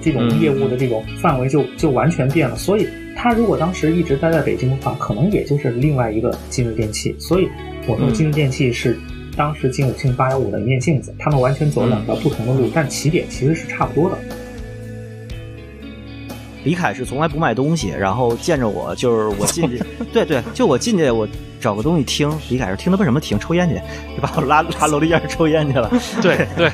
这种业务的这种范围就就完全变了。所以他如果当时一直待在北京的话，可能也就是另外一个金日电器。所以我说金日电器是当时金五庆八幺五的一面镜子，他们完全走了两条不同的路，但起点其实是差不多的。李凯是从来不卖东西，然后见着我就是我进去，对对，就我进去我找个东西听。李凯是听他妈什么听？抽烟去，就把我拉拉楼梯间抽烟去了。对对，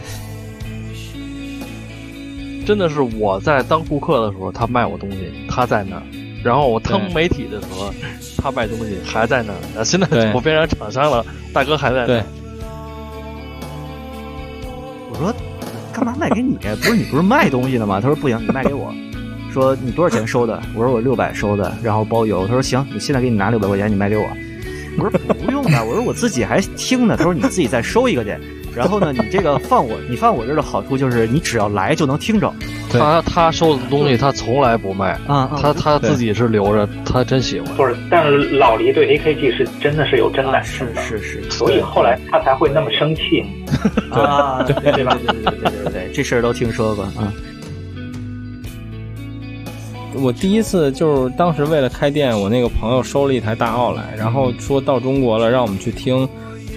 真的是我在当顾客的时候，他卖我东西，他在那儿；然后我当媒体的时候，他卖东西还在那儿。啊，现在对我变成厂商了，大哥还在那对儿。，我说干嘛卖给你？不是你不是卖东西的吗？他说不行，你卖给我。说你多少钱收的？我说我六百收的，然后包邮。他说行，你现在给你拿六百块钱，你卖给我。我说不用啊吧，我说我自己还听呢。他说你自己再收一个去。然后呢，你这个放我，你放我这儿的好处就是你只要来就能听着对他他收的东西他从来不卖，啊嗯啊！他他自己是留着，他真喜欢。不是，但是老黎对 AKG 是真的是有真感情啊是的，是是所以后来他才会那么生气。啊，对对对对对对对，这事儿都听说过啊。我第一次就是当时为了开店，我那个朋友收了一台大奥来，然后说到中国了，让我们去听，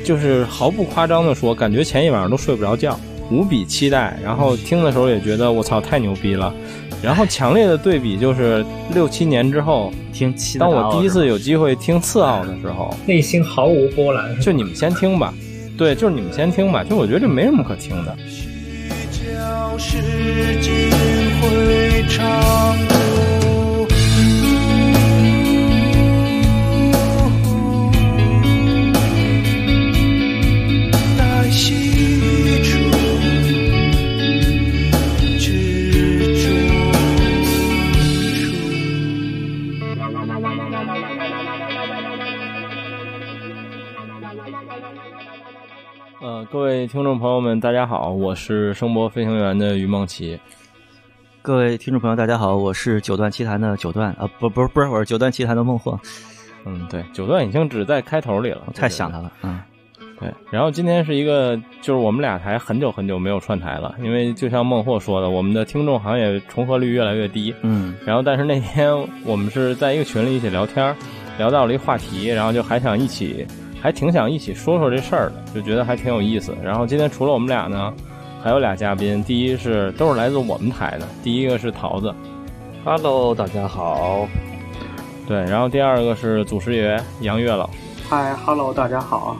就是毫不夸张的说，感觉前一晚上都睡不着觉，无比期待。然后听的时候也觉得我操太牛逼了，然后强烈的对比就是六七年之后，听七大当奥是吧，我第一次有机会听次奥的时候，内心毫无 波澜。就你们先听吧，对，就是你们先听吧，就我觉得这没什么可听的。教室尽会长路。待细处之中处。呃，各位听众朋友们，大家好，我是声波飞行员的于梦琪。各位听众朋友，大家好，我是九段奇谭的九段啊，不不是不是，我是九段奇谭的孟获，嗯，对，九段已经只在开头里了，我太想他了，嗯，对。对，然后今天是一个，就是我们俩台很久很久没有串台了，因为就像孟获说的，我们的听众好像也重合率越来越低。嗯，然后，但是那天我们是在一个群里一起聊天儿，聊到了一话题，然后就还想一起，还挺想一起说说这事儿的，就觉得还挺有意思。然后今天除了我们俩呢，还有俩嘉宾，第一是都是来自我们台的，第一个是桃子， Hello，大家好。对，然后第二个是祖师爷杨月老师。嗨，Hello，大家好。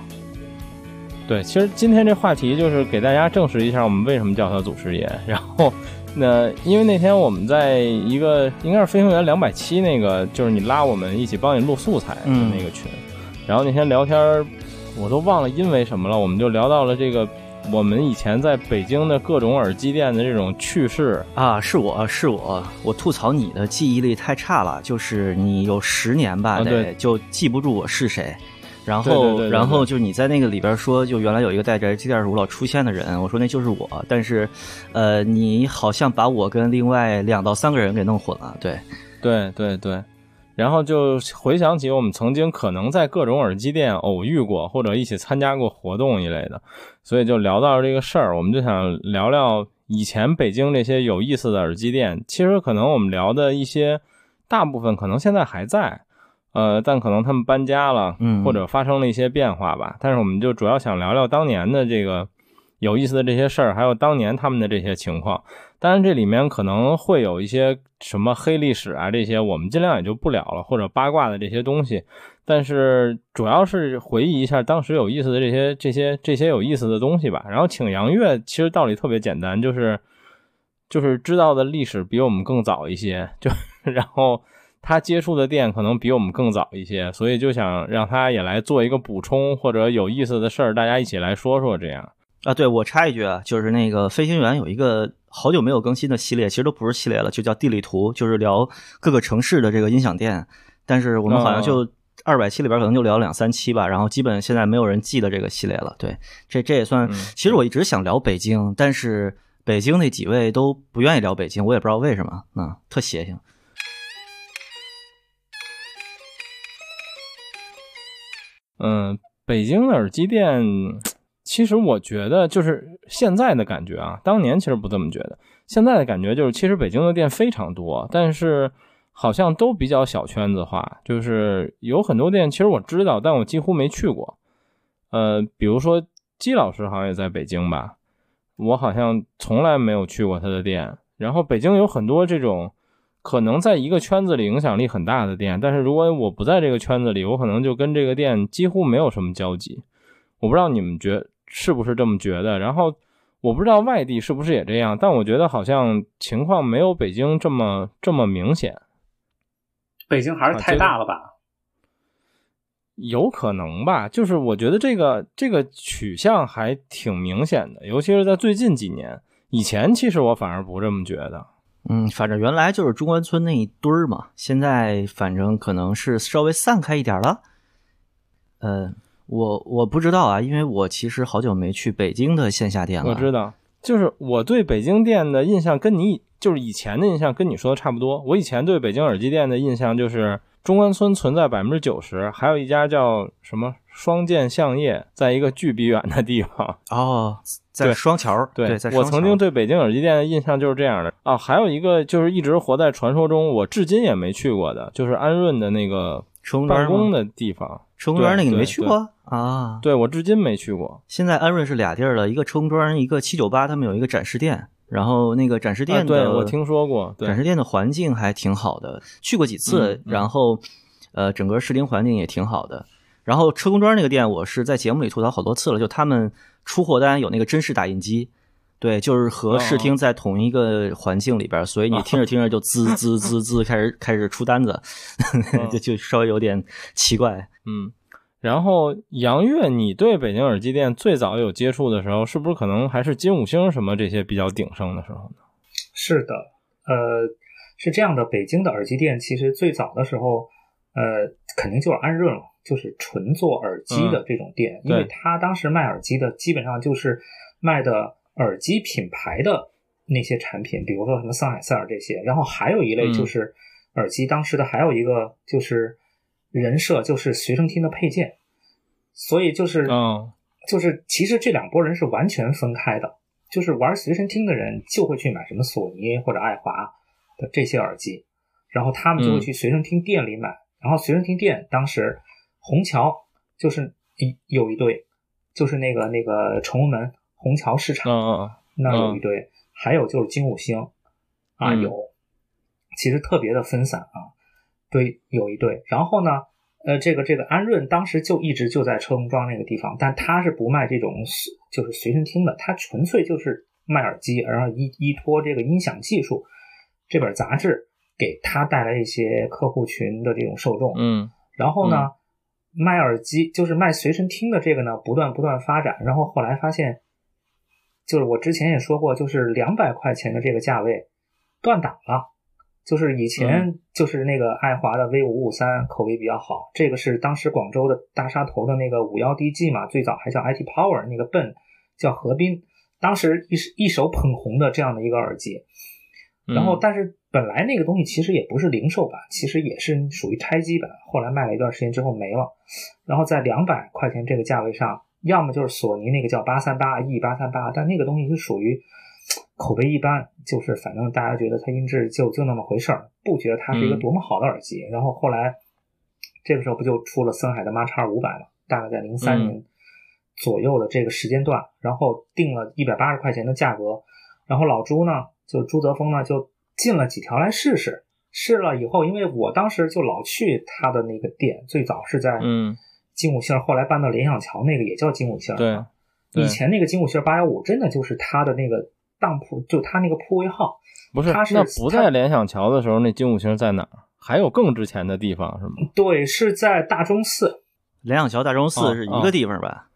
对，其实今天这话题就是给大家证实一下我们为什么叫他祖师爷。然后，那因为那天我们在一个应该是飞行员两百七那个，就是你拉我们一起帮你录素材的嗯那个群，然后那天聊天儿我都忘了因为什么了，我们就聊到了这个我们以前在北京的各种耳机店的这种趣事。啊，是我是我，我吐槽你的记忆力太差了，就是你有十年吧，啊得对就记不住我是谁。然后，对对对对对然后就你在那个里边说，就原来有一个戴着机盖鼠老出现的人，我说那就是我，但是，呃，你好像把我跟另外两到三个人给弄混了，对，对对对，然后就回想起我们曾经可能在各种耳机店偶遇过，或者一起参加过活动一类的，所以就聊到这个事儿，我们就想聊聊以前北京这些有意思的耳机店。其实可能我们聊的一些，大部分可能现在还在。呃，但可能他们搬家了，嗯或者发生了一些变化吧。但是我们就主要想聊聊当年的这个有意思的这些事儿，还有当年他们的这些情况。当然，这里面可能会有一些什么黑历史啊，这些我们尽量也就不聊了，或者八卦的这些东西。但是主要是回忆一下当时有意思的这些、这些、这些有意思的东西吧。然后请杨月，其实道理特别简单，就是就是知道的历史比我们更早一些， 就然后他接触的店可能比我们更早一些，所以就想让他也来做一个补充或者有意思的事儿，大家一起来说说这样。啊，对，我插一句啊，就是那个飞行员有一个好久没有更新的系列，其实都不是系列了，就叫地理图，就是聊各个城市的这个音响店。但是我们好像哦就二百期里边可能就聊两三期吧，然后基本现在没有人记得这个系列了。对，这这也算，嗯其实我一直想聊北京，但是北京那几位都不愿意聊北京，我也不知道为什么，嗯，特邪性。嗯，北京的耳机店其实我觉得就是现在的感觉啊，当年其实不这么觉得。现在的感觉就是，其实北京的店非常多，但是好像都比较小圈子化，就是有很多店其实我知道，但我几乎没去过。呃，比如说姬老师好像也在北京吧，我好像从来没有去过他的店。然后北京有很多这种可能在一个圈子里影响力很大的店，但是如果我不在这个圈子里，我可能就跟这个店几乎没有什么交集。我不知道你们觉是不是这么觉得，然后我不知道外地是不是也这样，但我觉得好像情况没有北京这么这么明显，北京还是啊太这个大了吧？有可能吧？就是我觉得这个这个取向还挺明显的，尤其是在最近几年。以前其实我反而不这么觉得，嗯，反正原来就是中关村那一堆儿嘛，现在反正可能是稍微散开一点儿了。呃，我我不知道啊，因为我其实好久没去北京的线下店了。我知道，就是我对北京店的印象跟你就是以前的印象跟你说的差不多。我以前对北京耳机店的印象就是中关村存在百分之九十，还有一家叫什么双剑相业，在一个巨比远的地方。哦，在对双桥儿，对，在我双曾桥经儿对北京耳机店的印象就是这样的啊。还有一个就是一直活在传说中，我至今也没去过的，就是安润的那个城公园办儿公吗的地方。城公园儿那对个你没对去对过啊？对我至今没去过。现在安润是俩地儿了，一个城庄，一个七九八，他们有一个展示店，然后那个展示啊，店的、对我听说过。对展，示店的环境还挺好的，去过几次，嗯嗯然后呃，整个视听环境也挺好的。然后车公庄那个店，我是在节目里吐槽好多次了，就他们出货单有那个真式打印机，对，就是和视哦听在同一个环境里边，所以 你听着听着就滋滋滋滋开始开始出单子， 就就稍微有点奇怪。嗯，然后杨月，你对北京耳机店最早有接触的时候，是不是可能还是金五星什么这些比较鼎盛的时候呢？是的，呃，是这样的，北京的耳机店其实最早的时候，呃，肯定就是安润了，就是纯做耳机的这种店，对因为他当时卖耳机的基本上就是卖的耳机品牌的那些产品，比如说什么桑海塞尔这些，然后还有一类就是耳机，当时的还有一个就是人设就是随身听的配件，所以就是嗯，就是其实这两拨人是完全分开的，就是玩随身听的人就会去买什么索尼或者爱华的这些耳机，然后他们嗯就会去随身听店里买，然后随身听店当时虹桥就是一有一对，就是那个那个崇文门虹桥市场、嗯嗯那有一堆，还有就是金五星啊、嗯有，其实特别的分散啊，对，有一对。然后呢，呃，这个这个安润当时就一直就在车公庄那个地方，但他是不卖这种随就是随身听的，他纯粹就是卖耳机，然后依依托这个音响技术这本杂志给他带来一些客户群的这种受众，嗯然后呢，卖耳机就是卖随身听的这个呢，不断不断发展。然后后来发现，就是我之前也说过，就是两百块钱的这个价位断档了。就是以前就是那个爱华的 V 五五三口碑比较好，这个是当时广州的大沙头的那个五幺 DG 嘛，最早还叫 IT Power 那个笨叫何斌，当时一一手捧红的这样的一个耳机。嗯，然后，但是本来那个东西其实也不是零售版，其实也是属于拆机版。后来卖了一段时间之后没了，然后在两百块钱这个价位上，要么就是索尼那个叫八三八 E 八三八，但那个东西是属于口碑一般，就是反正大家觉得它音质就就那么回事儿，不觉得它是一个嗯多么好的耳机。然后后来这个时候不就出了森海的 m 叉五百嘛，大概在零三嗯年左右的这个时间段，然后定了一百八十块钱的价格，然后老朱呢，就朱泽峰呢，就进了几条来试试。试了以后，因为我当时就老去他的那个店，最早是在嗯，金五星，后来搬到联想桥那个也叫金五星。对，对以前那个金五星八幺五真的就是他的那个当铺，就他那个铺位号。不是他是那不他在联想桥的时候，那金五星在哪儿？还有更值钱的地方是吗？对，是在大钟寺，联想桥、大钟寺哦是一哦个地方吧？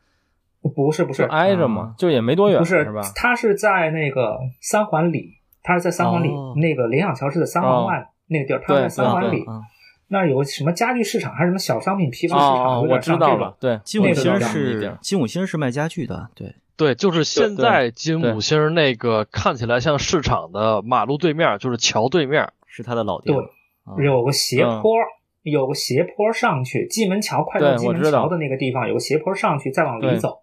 不是不，就是挨着嘛，就也没多远，不是吧？他是在那个三环里，他是在三环里，哦那个联想桥是在三环外、那个地儿，他哦对在三环对嗯里啊，那儿有什么家具市场还是什么小商品批发市场，有哦，我点知像这道种。了，对，金五那个星叫那地是儿金五星是卖家具的，对，对，就是现对在金对五星那个看起来像市场的马路对面，就是桥对面。是他的老店。对啊有个斜嗯坡，有个斜坡上去，蓟门桥快到对蓟我门知道桥的那个地方有个斜坡上去，再往对里走，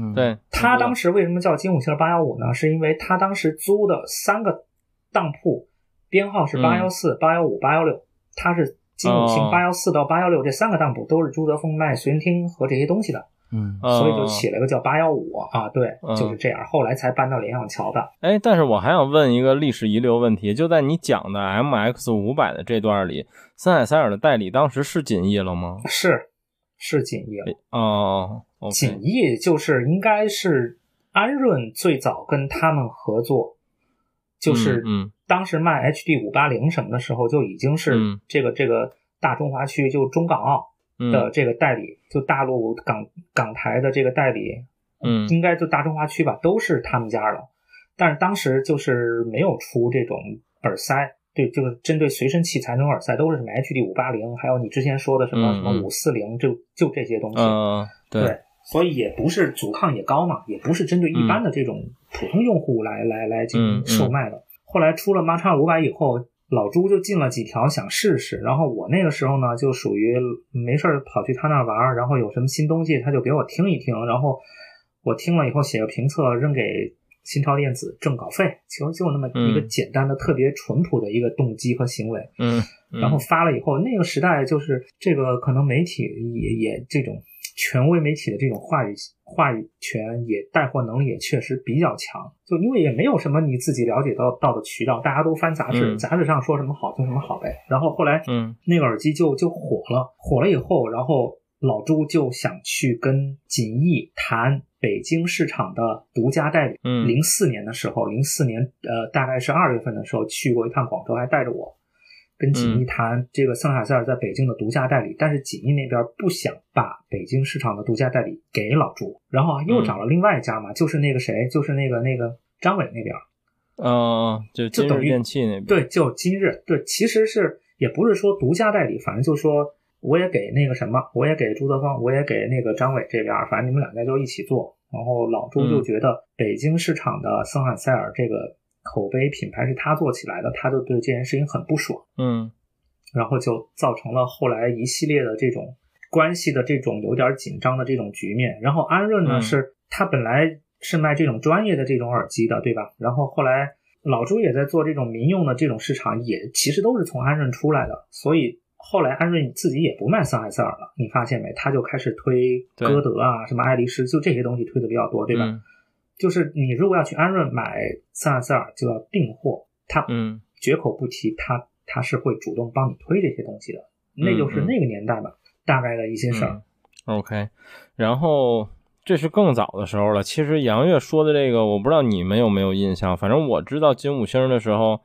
嗯，对，他当时为什么叫金五星八幺五呢？是因为他当时租的三个当铺编号是嗯八幺四、八幺五、八幺六，他是金五星哦八幺四到八幺六这三个当铺都是朱德峰卖随身听和这些东西的，嗯，嗯所以就起了个叫八幺五啊，对，嗯就是这样，后来才搬到连阳桥的。哎，但是我还想问一个历史遗留问题，就在你讲的 MX 五百的这段里，森海塞尔的代理当时是锦艺了吗？是是锦业，哦，OK，锦业就是应该是安润最早跟他们合作，就是嗯当时卖 HD 五八零什么的时候，就已经是嗯这个这个大中华区就中港澳嗯的这个代理，就大陆港港台的这个代理，嗯应该就大中华区吧，都是他们家的。但是当时就是没有出这种耳塞，对，就是针对随身器材那种耳塞，都是什么 HD 五八零，还有你之前说的什么嗯什么嗯五四零，就就这些东西。呃，对，对所以也不是阻抗也高嘛，也不是针对一般的这种普通用户来、来来进嗯行嗯售卖的。后来出了 m a x 五百以后，老朱就进了几条想试试，然后我那个时候呢就属于没事儿跑去他那儿玩儿，然后有什么新东西他就给我听一听，然后我听了以后写个评测扔给。新潮电子挣稿费，其实就那么一个嗯简单的、特别淳朴的一个动机和行为。嗯，然后发了以后，那个时代就是这个可能媒体也也这种权威媒体的这种话语话语权也带货能力也确实比较强，就因为也没有什么你自己了解到到的渠道，大家都翻杂志，嗯杂志上说什么好就什么好呗。然后后来，嗯，那个耳机就就火了，火了以后，然后老朱就想去跟锦艺谈北京市场的独家代理。嗯零四年的时候，零四年呃大概是二月份的时候去过一趟广州，还带着我跟锦艺谈这个森海塞尔在北京的独家代理，但是锦艺那边不想把北京市场的独家代理给老朱，然后又找了另外一家嘛，就是那个谁，就是那个那个张伟那边。呃，就今就等日于电器那边，对，就今日，对，其实是也不是说独家代理，反正就说我也给那个什么，我也给朱德峰，我也给那个张伟这边儿，反正你们两家就一起做。然后老朱就嗯觉得北京市场的森海塞尔这个口碑品牌是他做起来的，他就对这件事情很不爽，嗯然后就造成了后来一系列的这种关系的这种有点紧张的这种局面。然后安润呢，嗯是他本来是卖这种专业的这种耳机的，对吧？然后后来老朱也在做这种民用的这种市场，也其实都是从安润出来的，所以后来安润自己也不卖桑海塞尔了，你发现没？他就开始推对歌德啊，什么爱丽丝，就这些东西推的比较多，对吧？嗯就是你如果要去安润买桑海塞尔，就要订货，他嗯绝口不提他他是会主动帮你推这些东西的，那就是嗯嗯那个年代吧，大概的一些事儿。 ，OK，然后。这是更早的时候了。其实杨越说的这个，我不知道你们有没有印象。反正我知道金五星的时候，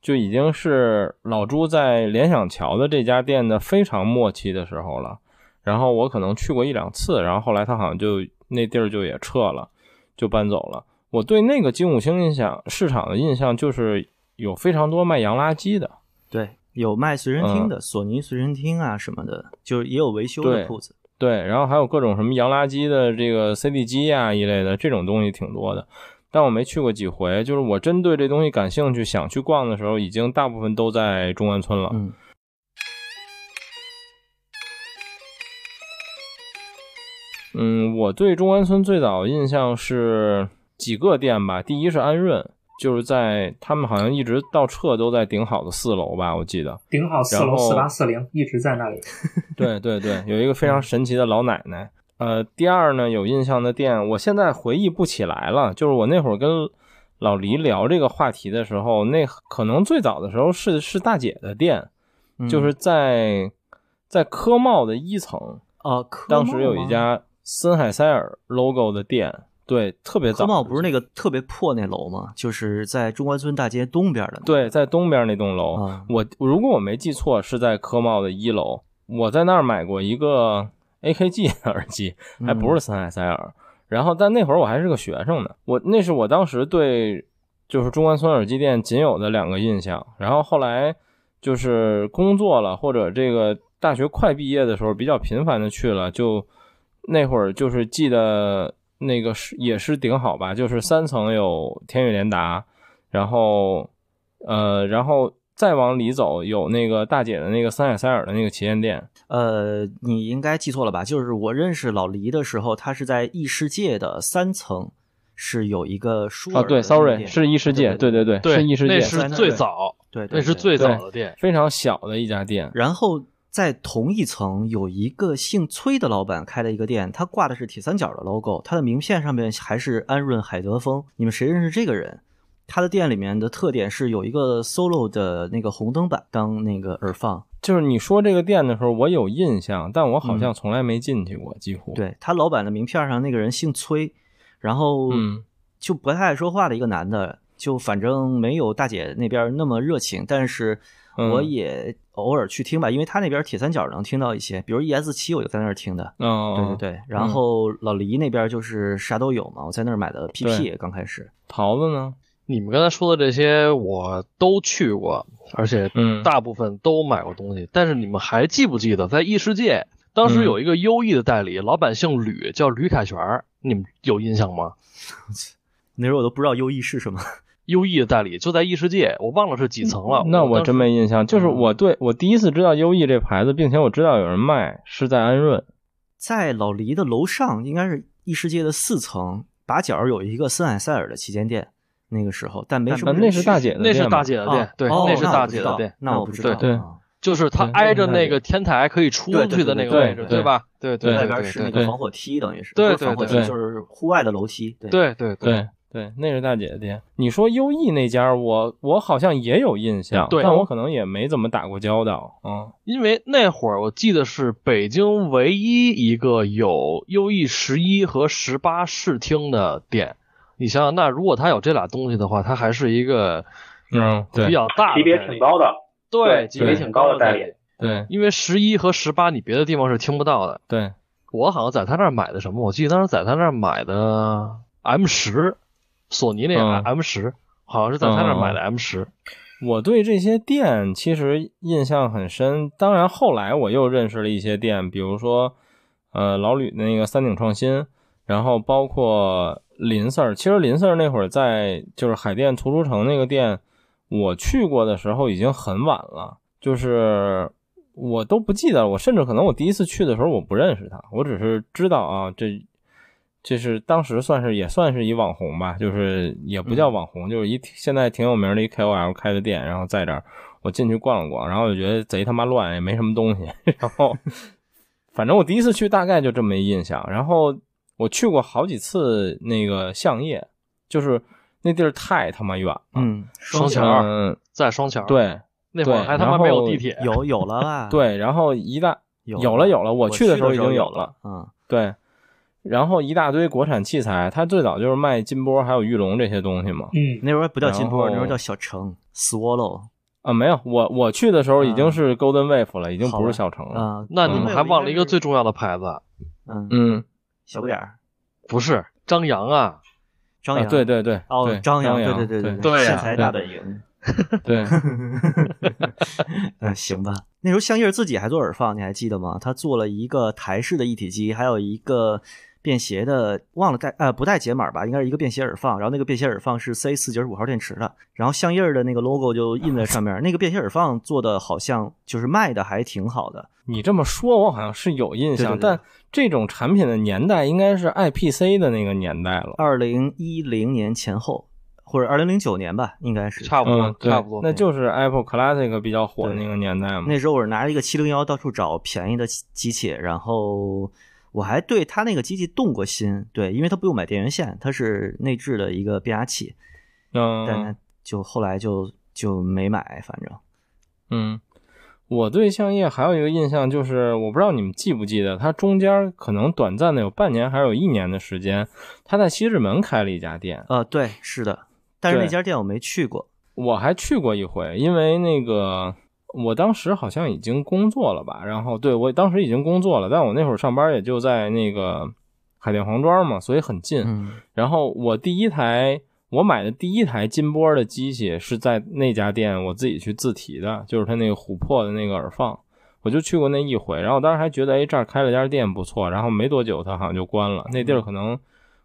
就已经是老朱在联想桥的这家店的非常末期的时候了。然后我可能去过一两次，然后后来他好像就那地儿就也撤了，就搬走了。我对那个金五星印象市场的印象就是有非常多卖洋垃圾的，对，有卖随身听的，索尼随身听啊什么的，就是也有维修对的铺子。对，然后还有各种什么洋垃圾的这个 CD 机呀、一类的这种东西挺多的，但我没去过几回。就是我真对这东西感兴趣，想去逛的时候，已经大部分都在中关村了。嗯，嗯，我对中关村最早印象是几个店吧，第一是安润，就是在他们好像一直到撤都在顶好的四楼吧，我记得。顶好四楼然后四八四零一直在那里， 对对对，有一个非嗯常神奇的老奶奶。呃，第二呢，有印象的店，我现在回忆不起来了。就是我那会儿跟老黎聊这个话题的时候，那可能最早的时候是是大姐的店，嗯就是在在科贸的一层，哦，科当时有贸一吗家森海塞尔 logo 的店，对，特别早。科贸不是那个特别破那楼吗？就是在中关村大街东边的那个。对，在东边那栋楼，啊我如果我没记错，是在科贸的一楼，我在那儿买过一个 AKG 的耳机，还不是森海塞尔。然后，但那会儿我还是个学生呢，我那是我当时对就是中关村耳机店仅有的两个印象。然后后来就是工作了，或者这个大学快毕业的时候，比较频繁的去了，就那会儿就是记得那个是也是顶好吧，就是三层有天悦联达，然后呃，然后再往里走有那个大姐的那个桑雅塞尔的那个旗舰店，呃，你应该记错了吧？就是我认识老黎的时候，他是在异世界的三层，是有一个舒啊，尔对的商，sorry，店哦是异世界，对对对，对，是异世界，那在是那最对早，对，对那是对最对早的店。非常小的一家店。然后在同一层有一个姓崔的老板开了一个店，他挂的是铁三角的 logo，他的名片上面还是安润海德丰。你们谁认识这个人？他的店里面的特点是有一个 solo 的那个红灯板当那个耳放，就是你说这个店的时候，我有印象，但我好嗯像从来没进去过，几乎。，对他老板的名片上那个人姓崔，然后嗯就不太爱说话的一个男的，就反正没有大姐那边那么热情，但是我嗯也偶尔去听吧，因为他那边铁三角能听到一些，比如 ES 七我就在那儿听的，哦，对对对。然后老黎那边就是啥都有嘛，我在那儿买的 PP 刚开始，桃子呢？你们刚才说的这些我都去过，而且嗯大部分都买过东西。但是你们还记不记得，在异世界当时嗯有一个优异的代理，老板姓吕，叫吕凯旋儿，你们有印象吗？那时候我都不知道优异是什么。 优异的代理就在异世界，我忘了是几层了。那我当时真没印象。嗯就是我对我第一次知道优逸这牌子，并且我知道有人卖，是在安润。在老黎的楼上，应该是异世界的四层，把角有一个森海塞尔的旗舰店，那个时候，但没什么但人呃那去。是大姐的那店是吧大姐的店，啊对，哦那是我大不姐知的道店，那我不知道。对，对啊就是它对挨着那是大姐那个天台可以出对对去的对那个位对置，对吧？对对外对边对是对那个对防火梯，等于是对不是防火梯对对就是户外的楼梯。对，啊对对对对，那是大姐的店。你说优逸那家，我我好像也有印象，对但我可能也没怎么打过交道。嗯因为那会儿我记得是北京唯一一个有优异十一和十八试听的店。你想想，那如果它有这俩东西的话，它还是一个嗯，比对较大的级别代理挺，高的，对对级别对挺高高的代的代理理。对因为十一和十八你别的地方是听不到的。对，我好像在他那儿买的什么？我记得当时在他那儿买的 M 十，索尼那个嗯 M 十、好像是在他那儿买的 M 十、我对这些店其实印象很深。当然，后来我又认识了一些店，比如说呃老吕的那个三鼎创新，然后包括林 Sir。其实林 Sir 那会儿在就是海淀图书城那个店，我去过的时候已经很晚了，就是我都不记得了，我甚至可能我第一次去的时候我不认识他，我只是知道啊，这这是当时算是也算是一网红吧，就是也不叫网红，就是一现在挺有名的一 KOL 开的店，然后在这儿我进去逛了逛，然后我觉得贼他妈乱，也没什么东西， 然后反正我第一次去大概就这么一印象，然后我去过好几次那个相业，就是那地儿太他妈远了，嗯，双啊桥，嗯，在双桥。，对那会儿对还他妈然后嗯没有地铁。有有了吧？，对，然后一大有有了有了我去去的时候已经有有了。嗯，对，然后一大堆国产器材，它最早就是卖金波还有玉龙这些东西嘛。嗯，那时候还不叫然金波，那时候后叫小城 Swallow 啊，没有，我我去的时候已经是 Golden Wave 了，已经嗯好不吧是小城了。啊。那你嗯们还忘了一个最重要的牌子，啊嗯嗯，小不点儿不是张扬啊？张啊，扬对对对，哦对张扬，对对对对对线呀材大本营。 对， 嗯，行吧。那时候香叶自己还做耳放，你还记得吗？他做了一个台式的一体机，还有一个便携的，忘了带呃不带解码吧，应该是一个便携耳放。然后那个便携耳放是 C 四九十五号电池的，然后香叶的那个 logo 就印在上面。那个便携耳放做的好像就是卖的还挺好的，你这么说，我好像是有印象，对对对但这种产品的年代应该是 IPC 的那个年代了。二零一零年前后或者二零零九年吧，应该是。差不多，嗯，对差不多。那就是 Apple Classic 比较火的对那个年代嘛。那时候我是拿着一个七零幺到处找便宜的机机器，然后我还对它那个机器动过心，对，因为它不用买电源线，它是内置的一个变压器，嗯但就后来就就没买，反正嗯，我对相业还有一个印象就是，我不知道你们记不记得，它中间可能短暂的有半年还是有一年的时间，它在西直门开了一家店。呃，对，是的，但是对那家店我没去过，我还去过一回，因为那个我当时好像已经工作了吧，然后对我当时已经工作了，但我那会儿上班也就在那个海淀黄庄嘛，所以很近。嗯然后我第一台我买的第一台金波的机器是在那家店我自己去自提的，就是它那个琥珀的那个耳放，我就去过那一回。然后我当时还觉得，哎，这儿开了家店不错。然后没多久它好像就关了，那地嗯儿可能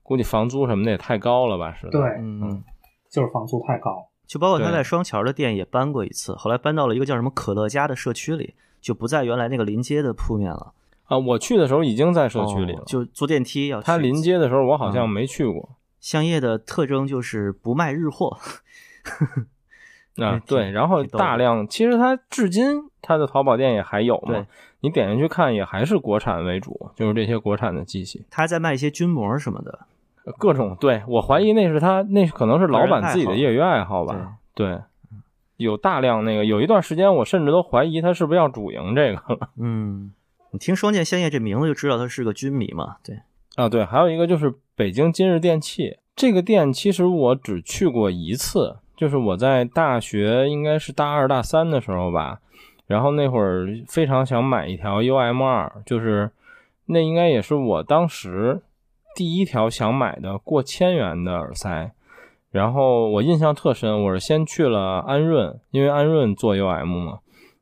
估计房租什么的也太高了吧，是的。对，嗯嗯就是房租太高。就包括他对在双桥的店也搬过一次，后来搬到了一个叫什么可乐家的社区里，就不在原来那个临街的铺面了，啊，我去的时候已经在社区里哦了。就嗯坐电梯要去。他临街的时候，我好像没去过。香叶的特征就是不卖日货， 啊嗯，对，挺然后挺逗的大量，其实它至今它的淘宝店也还有嘛对，你点进去看也还是国产为主，就是这些国产的机器，他还在卖一些军模什么的。呃各种。对我怀疑那是他那可能是老板自己的业余爱好对吧，对，有大量那个，有一段时间我甚至都怀疑他是不是要主营这个了嗯，你听双剑香叶这名字就知道他是个军迷嘛。对，啊。对，还有一个就是北京今日电器这个店，其实我只去过一次，就是我在大学应该是大二大三的时候吧，然后那会儿非常想买一条 UM 二，就是那应该也是我当时第一条想买的过千元的耳塞。然后我印象特深，我是先去了安润，因为安润做 UM 嘛，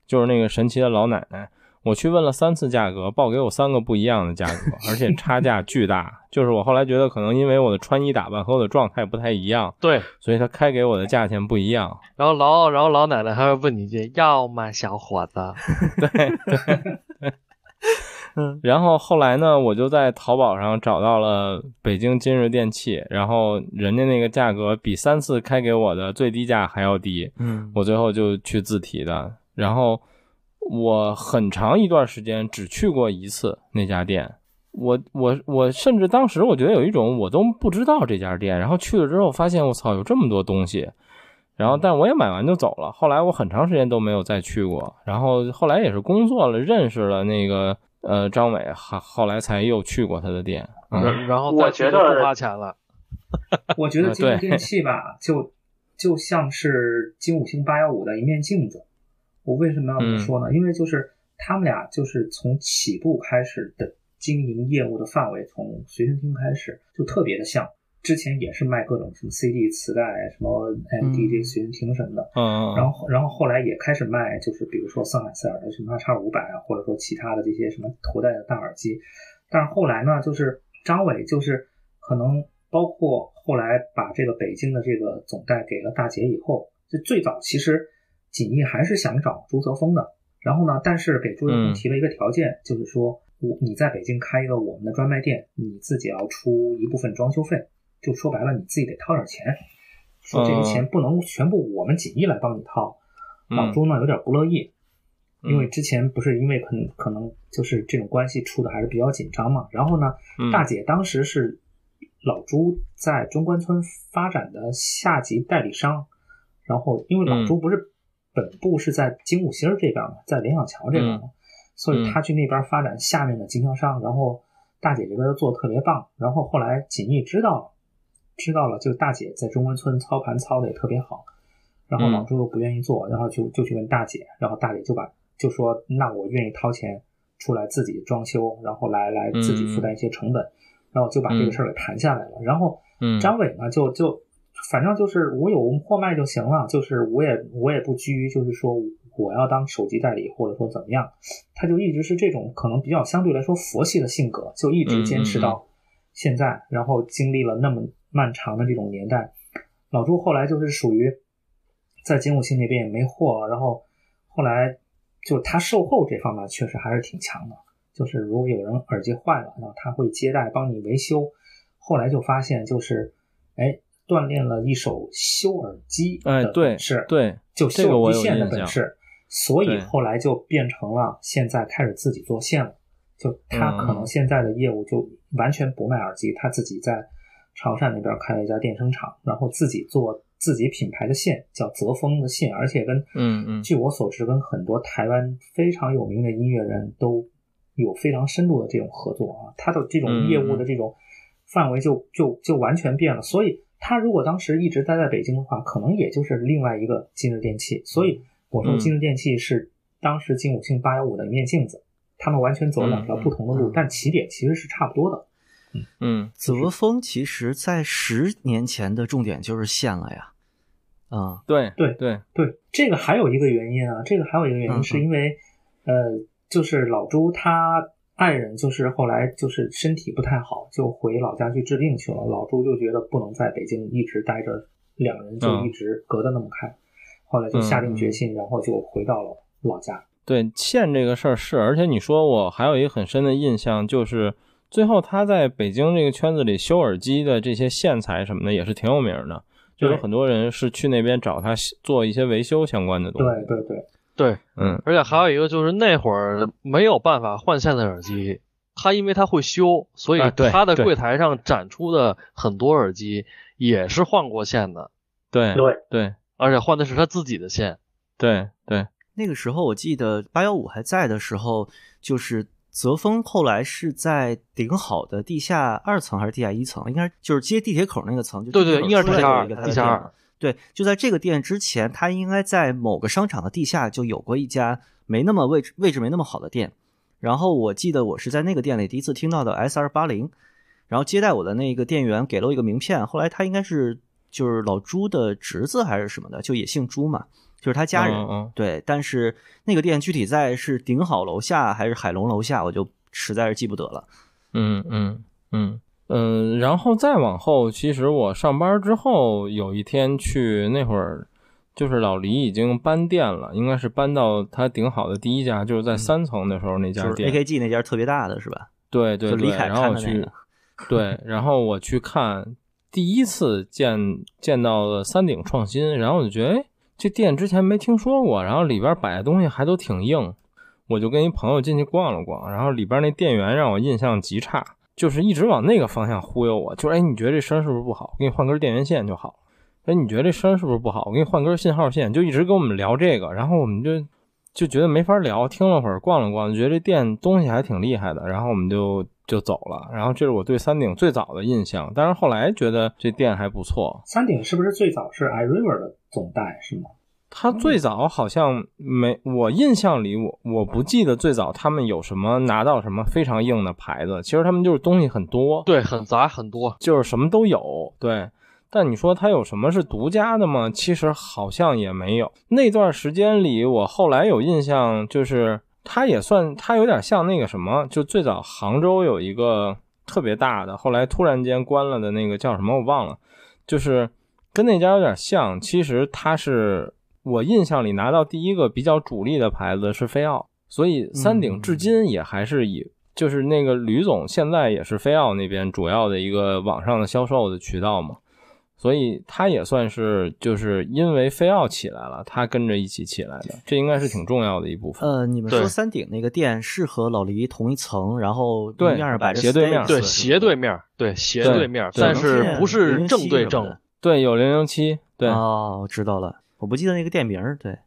就是那个神奇的老奶奶。我去问了三次价格，报给我三个不一样的价格，而且差价巨大。就是我后来觉得，可能因为我的穿衣打扮和我的状态不太一样，对，所以他开给我的价钱不一样。然后老然后老奶奶还会问你一句：“要吗，小伙子然后后来呢，我就在淘宝上找到了北京今日电器，然后人家那个价格比三次开给我的最低价还要低，嗯，我最后就去自提的。然后我很长一段时间只去过一次那家店，我我我甚至当时我觉得有一种我都不知道这家店，然后去了之后发现我操有这么多东西，然后但我也买完就走了。后来我很长时间都没有再去过，然后后来也是工作了，认识了那个呃张伟，后后来才又去过他的店。？”嗯，然然后我再去觉就得不花钱了。 我觉得啊金融对电器吧，就就像是金五星八幺五的一面镜子。我为什么要这么说嗯呢？因为就是他们俩就是从起步开始的经营业务的范围，从随身听开始就特别的像。之前也是卖各种什么 CD、磁带、啊什么 MDJ 随身听什么的，嗯嗯然后然后后来也开始卖，就是比如说桑海塞尔的什么 X 五百啊，或者说其他的这些什么头戴的大耳机。但是后来呢，就是张伟就是可能包括后来把这个北京的这个总代给了大姐以后，就最早其实锦艺还是想找朱泽峰的，然后呢，但是给朱泽嗯峰提了一个条件，就是说我你在北京开一个我们的专卖店，你自己要出一部分装修费，就说白了你自己得掏点钱。说嗯这些钱不能全部我们锦艺来帮你掏，老嗯朱呢有点不乐意，嗯因为之前不是因为可能可能就是这种关系处的还是比较紧张嘛。然后呢，嗯大姐当时是老朱在中关村发展的下级代理商，然后因为老朱不是本部是在金五星儿这边嘛，在联想桥这边嘛，所以他去那边发展下面的经销商，然后大姐这边做的特别棒，然后后来锦艺知道了，知道了，就大姐在中关村操盘操的也特别好，然后老朱又不愿意做，然后就就去问大姐，然后大姐就把就说那我愿意掏钱出来自己装修，然后来来自己负担一些成本，然后就把这个事儿给谈下来了。然后嗯张伟呢，就就反正就是我有货卖就行了，就是我也我也不拘于就是说我要当手机代理或者说怎么样，他就一直是这种可能比较相对来说佛系的性格，就一直坚嗯持到现在，然后经历了那么漫长的这种年代，老朱后来就是属于在金武星那边也没货了，然后后来就他售后这方面确实还是挺强的，就是如果有人耳机坏了，然后他会接待帮你维修。后来就发现就是，哎，锻炼了一手修耳机哎的对本事，对就这个修我一有线的印本象事，所以对后来就变成了现在开始自己做线了。就他可能嗯现在的业务就完全不卖耳机，他自己在潮汕那边开了一家电声厂，然后自己做自己品牌的线，叫泽峰的线，而且跟嗯嗯据我所知，跟很多台湾非常有名的音乐人都有非常深度的这种合作啊，他的这种业务的这种范围就就就完全变了。所以他如果当时一直待在北京的话，可能也就是另外一个今日电器。所以我说嗯今日电器是当时金五星八幺五的一面镜子，他们完全走了两条不同的嗯路嗯，但起点其实是差不多的。嗯，泽峰其实在十年前的重点就是线了呀。啊、对对对，对，这个还有一个原因啊，这个还有一个原嗯因是因为，呃，就是老朱他爱人就是后来就是身体不太好，就回老家去治病去了。老朱就觉得不能在北京一直待着两人就嗯一直隔得那么开，后来就下定决心，然后就回到了老家。对欠这个事儿是，而且你说我还有一个很深的印象，就是最后他在北京这个圈子里修耳机的这些线材什么的也是挺有名的，就有对很多人是去那边找他做一些维修相关的东对西。对对，对，嗯，而且还有一个就是那会儿没有办法换线的耳机，他因为他会修，所以啊对他的对柜台上展出的很多耳机也是换过线的，对对对而且换的是他自己的线。对对，那个时候我记得八幺五还在的时候，就是泽峰后来是在顶好的地下二层还是地下一层，应该就是接地铁口那个层，就对对地应铁该口是出地来下有二一个他的地下店二嘛对，就在这个店之前，他应该在某个商场的地下就有过一家没那么位置位置没那么好的店。然后我记得我是在那个店里第一次听到的 S 二八零，然后接待我的那个店员给了我一个名片，后来他应该是就是老朱的侄子还是什么的，就也姓朱嘛，就是他家人。嗯嗯对，但是那个店具体在是顶好楼下还是海龙楼下，我就实在是记不得了。嗯嗯嗯嗯，然后再往后，其实我上班之后有一天去那会儿，就是老黎已经搬店了，应该是搬到他顶好的第一家，就是在三层的时候那嗯就家是店。 AKG 那家特别大的是吧？对对就对，李凯然后看我的那去个，。对，然后我去看，第一次见见到了三鼎创新，然后我就觉得，哎，这店之前没听说过，然后里边摆的东西还都挺硬，我就跟一朋友进去逛了逛，然后里边那店员让我印象极差，就是一直往那个方向忽悠我，就是哎，你觉得这声是不是不好？我给你换根电源线就好了。哎，你觉得这声是不是不好？我给你换根信号线，就一直跟我们聊这个，然后我们就就觉得没法聊，听了会儿，逛了逛，觉得这店东西还挺厉害的，然后我们就就走了。然后这是我对三鼎最早的印象，但是后来觉得这店还不错。山顶是不是最早是 iRiver 的总代是吗？它最早好像没，我印象里我我不记得最早他们有什么拿到什么非常硬的牌子，其实他们就是东西很多，对，很杂很多。就是什么都有，对。但你说它有什么是独家的吗？其实好像也没有。那段时间里，我后来有印象，就是它也算，它有点像那个什么，就最早杭州有一个特别大的，后来突然间关了的那个叫什么我忘了，就是跟那家有点像。其实它是我印象里拿到第一个比较主力的牌子是菲奥，所以三鼎至今也还是以就是那个吕总现在也是菲奥那边主要的一个网上的销售的渠道嘛，所以他也算是就是因为菲奥起来了，他跟着一起起来的，这应该是挺重要的一部分。呃，你们说对三顶那个店是和老黎同一层，然后对面儿摆着斜对面 States 对，是吧斜对面，对斜对对面，对但能是见不是零正七对什么正的？对，有零零七，对、哦，我知道了，我不记得那个店名儿。对，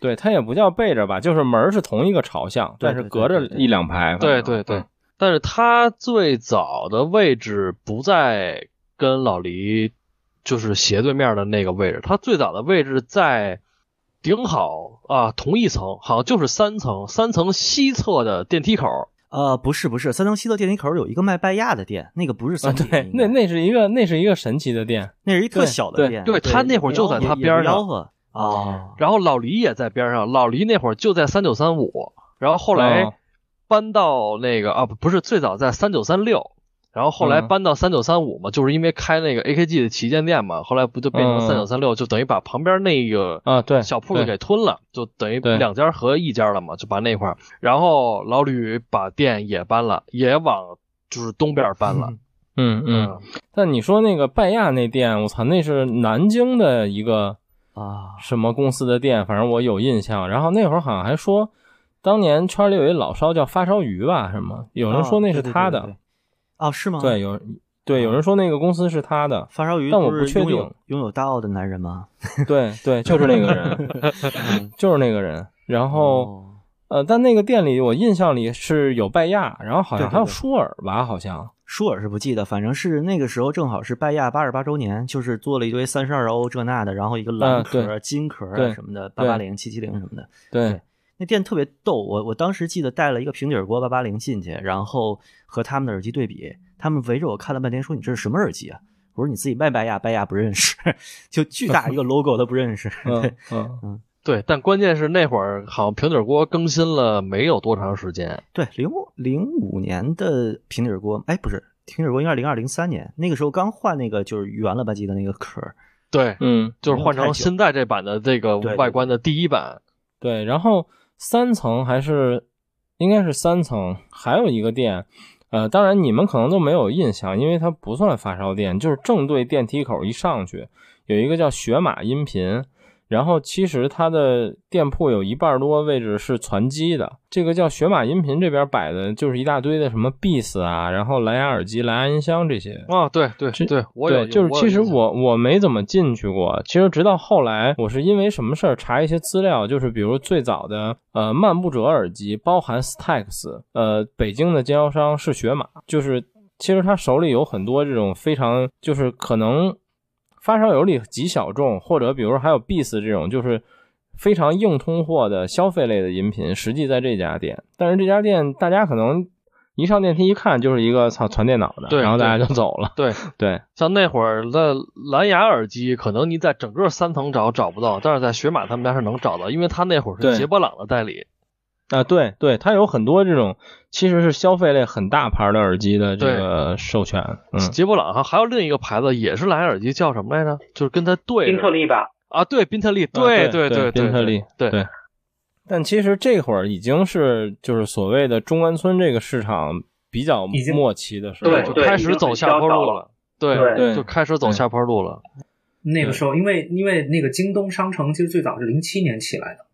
对，它也不叫背着吧，就是门儿是同一个朝向，对但是隔着对对对一两排。嗯对对对，啊但是他最早的位置不在跟老黎就是斜对面的那个位置，他最早的位置在顶好啊同一层，好像就是三层，三层西侧的电梯口。呃，不是不是，三层西的电梯口有一个卖拜亚的店，那个不是啊，三顶、对，那那是一个那是一个神奇的店，那是一特对小的对店。对他那会儿就在也他也边不儿上吆喝哦，然后老黎也在边上，老黎那会儿就在三九三五，然后后哦来搬到那个、啊，不不是最早在三九三六，然后后来嗯搬到三九三五嘛，就是因为开那个 AKG 的旗舰店嘛，后来不就变成三九三六，就等于把旁边那个啊对小铺子对给吞了，就等于对两家合一家了嘛，就把那块儿，然后老吕把店也搬了，也往就是东边搬了，嗯 嗯，但你说那个拜亚那店，我操，那是南京的一个啊，什么公司的店，反正我有印象。然后那会儿好像还说，当年圈里有一老烧叫发烧鱼吧，什么有人说那是他的，啊对对对对对哦，是吗？对，，有对有人说那个公司是他的，发烧鱼但我不不是确拥有定拥有大奥的男人吗？对对，就是那 个人，就是那个人。然后哦呃，但那个店里我印象里是有拜亚，然后好像对对还有对舒尔吧，好像舒尔是不记得，反正是那个时候正好是拜亚八十八周年，就是做了一堆三十二欧这那的，然后一个蓝啊壳、对金壳对什么的，八八零、七七零什么的。对对那店特别逗，我我当时记得带了一个平底锅八八零进去，然后和他们的耳机对比，他们围着我看了半天，说你这是什么耳机啊？我说你自己卖拜亚，拜亚不认识， 就巨大一个 logo 他不认识。嗯嗯对，但关键是那会儿好像平底锅更新了没有多长时间， 对，零五零五年的平底锅，哎，不是平底锅，应该是零二零三年，那个时候刚换那个就是圆了吧唧的那个壳儿，对，嗯，就是换没有太成久现在这版的这个对对外观的第一版，对，然后三层还是应该是三层，还有一个店，呃，当然你们可能都没有印象，因为它不算发烧店，就是正对电梯口一上去有一个叫雪马音频，然后其实它的店铺有一半多位置是攒机的，这个叫雪马音频这边摆的就是一大堆的什么 Beats 啊，然后蓝牙耳机、蓝牙音箱这些，啊，对对这对，我有对，就是有其实印象我我没怎么进去过，其实直到后来，我是因为什么事儿查一些资料，就是比如最早的呃漫步者耳机包含 Stax，呃北京的经销商是雪马，就是其实他手里有很多这种非常就是可能发烧友里极小众，或者比如还有 Beats 这种就是非常硬通货的消费类的音频，实际在这家店，但是这家店大家可能。一上电梯一看，就是一个操传电脑的，对然后大家对就走了。对对，像那会儿的蓝牙耳机，可能你在整个三层找找不到，但是在雪马他们家是能找到，因为他那会儿对是杰波朗的代理。啊，对对，它有很多这种其实是消费类很大牌的耳机的这对个授权，嗯，杰波朗还还有另一个牌子也是蓝牙耳机，叫什么来着？就是跟它对着宾特利吧，啊，对宾特利，对对对对，宾特利对对但其实这会儿已经是就是所谓的中关村这个市场比较已经末期的时候对了，就对开已始经走很下消坡路导了。对对就开始走下坡路了。那对个时候，因为因为那个京东商城其实最早是零七年起来的，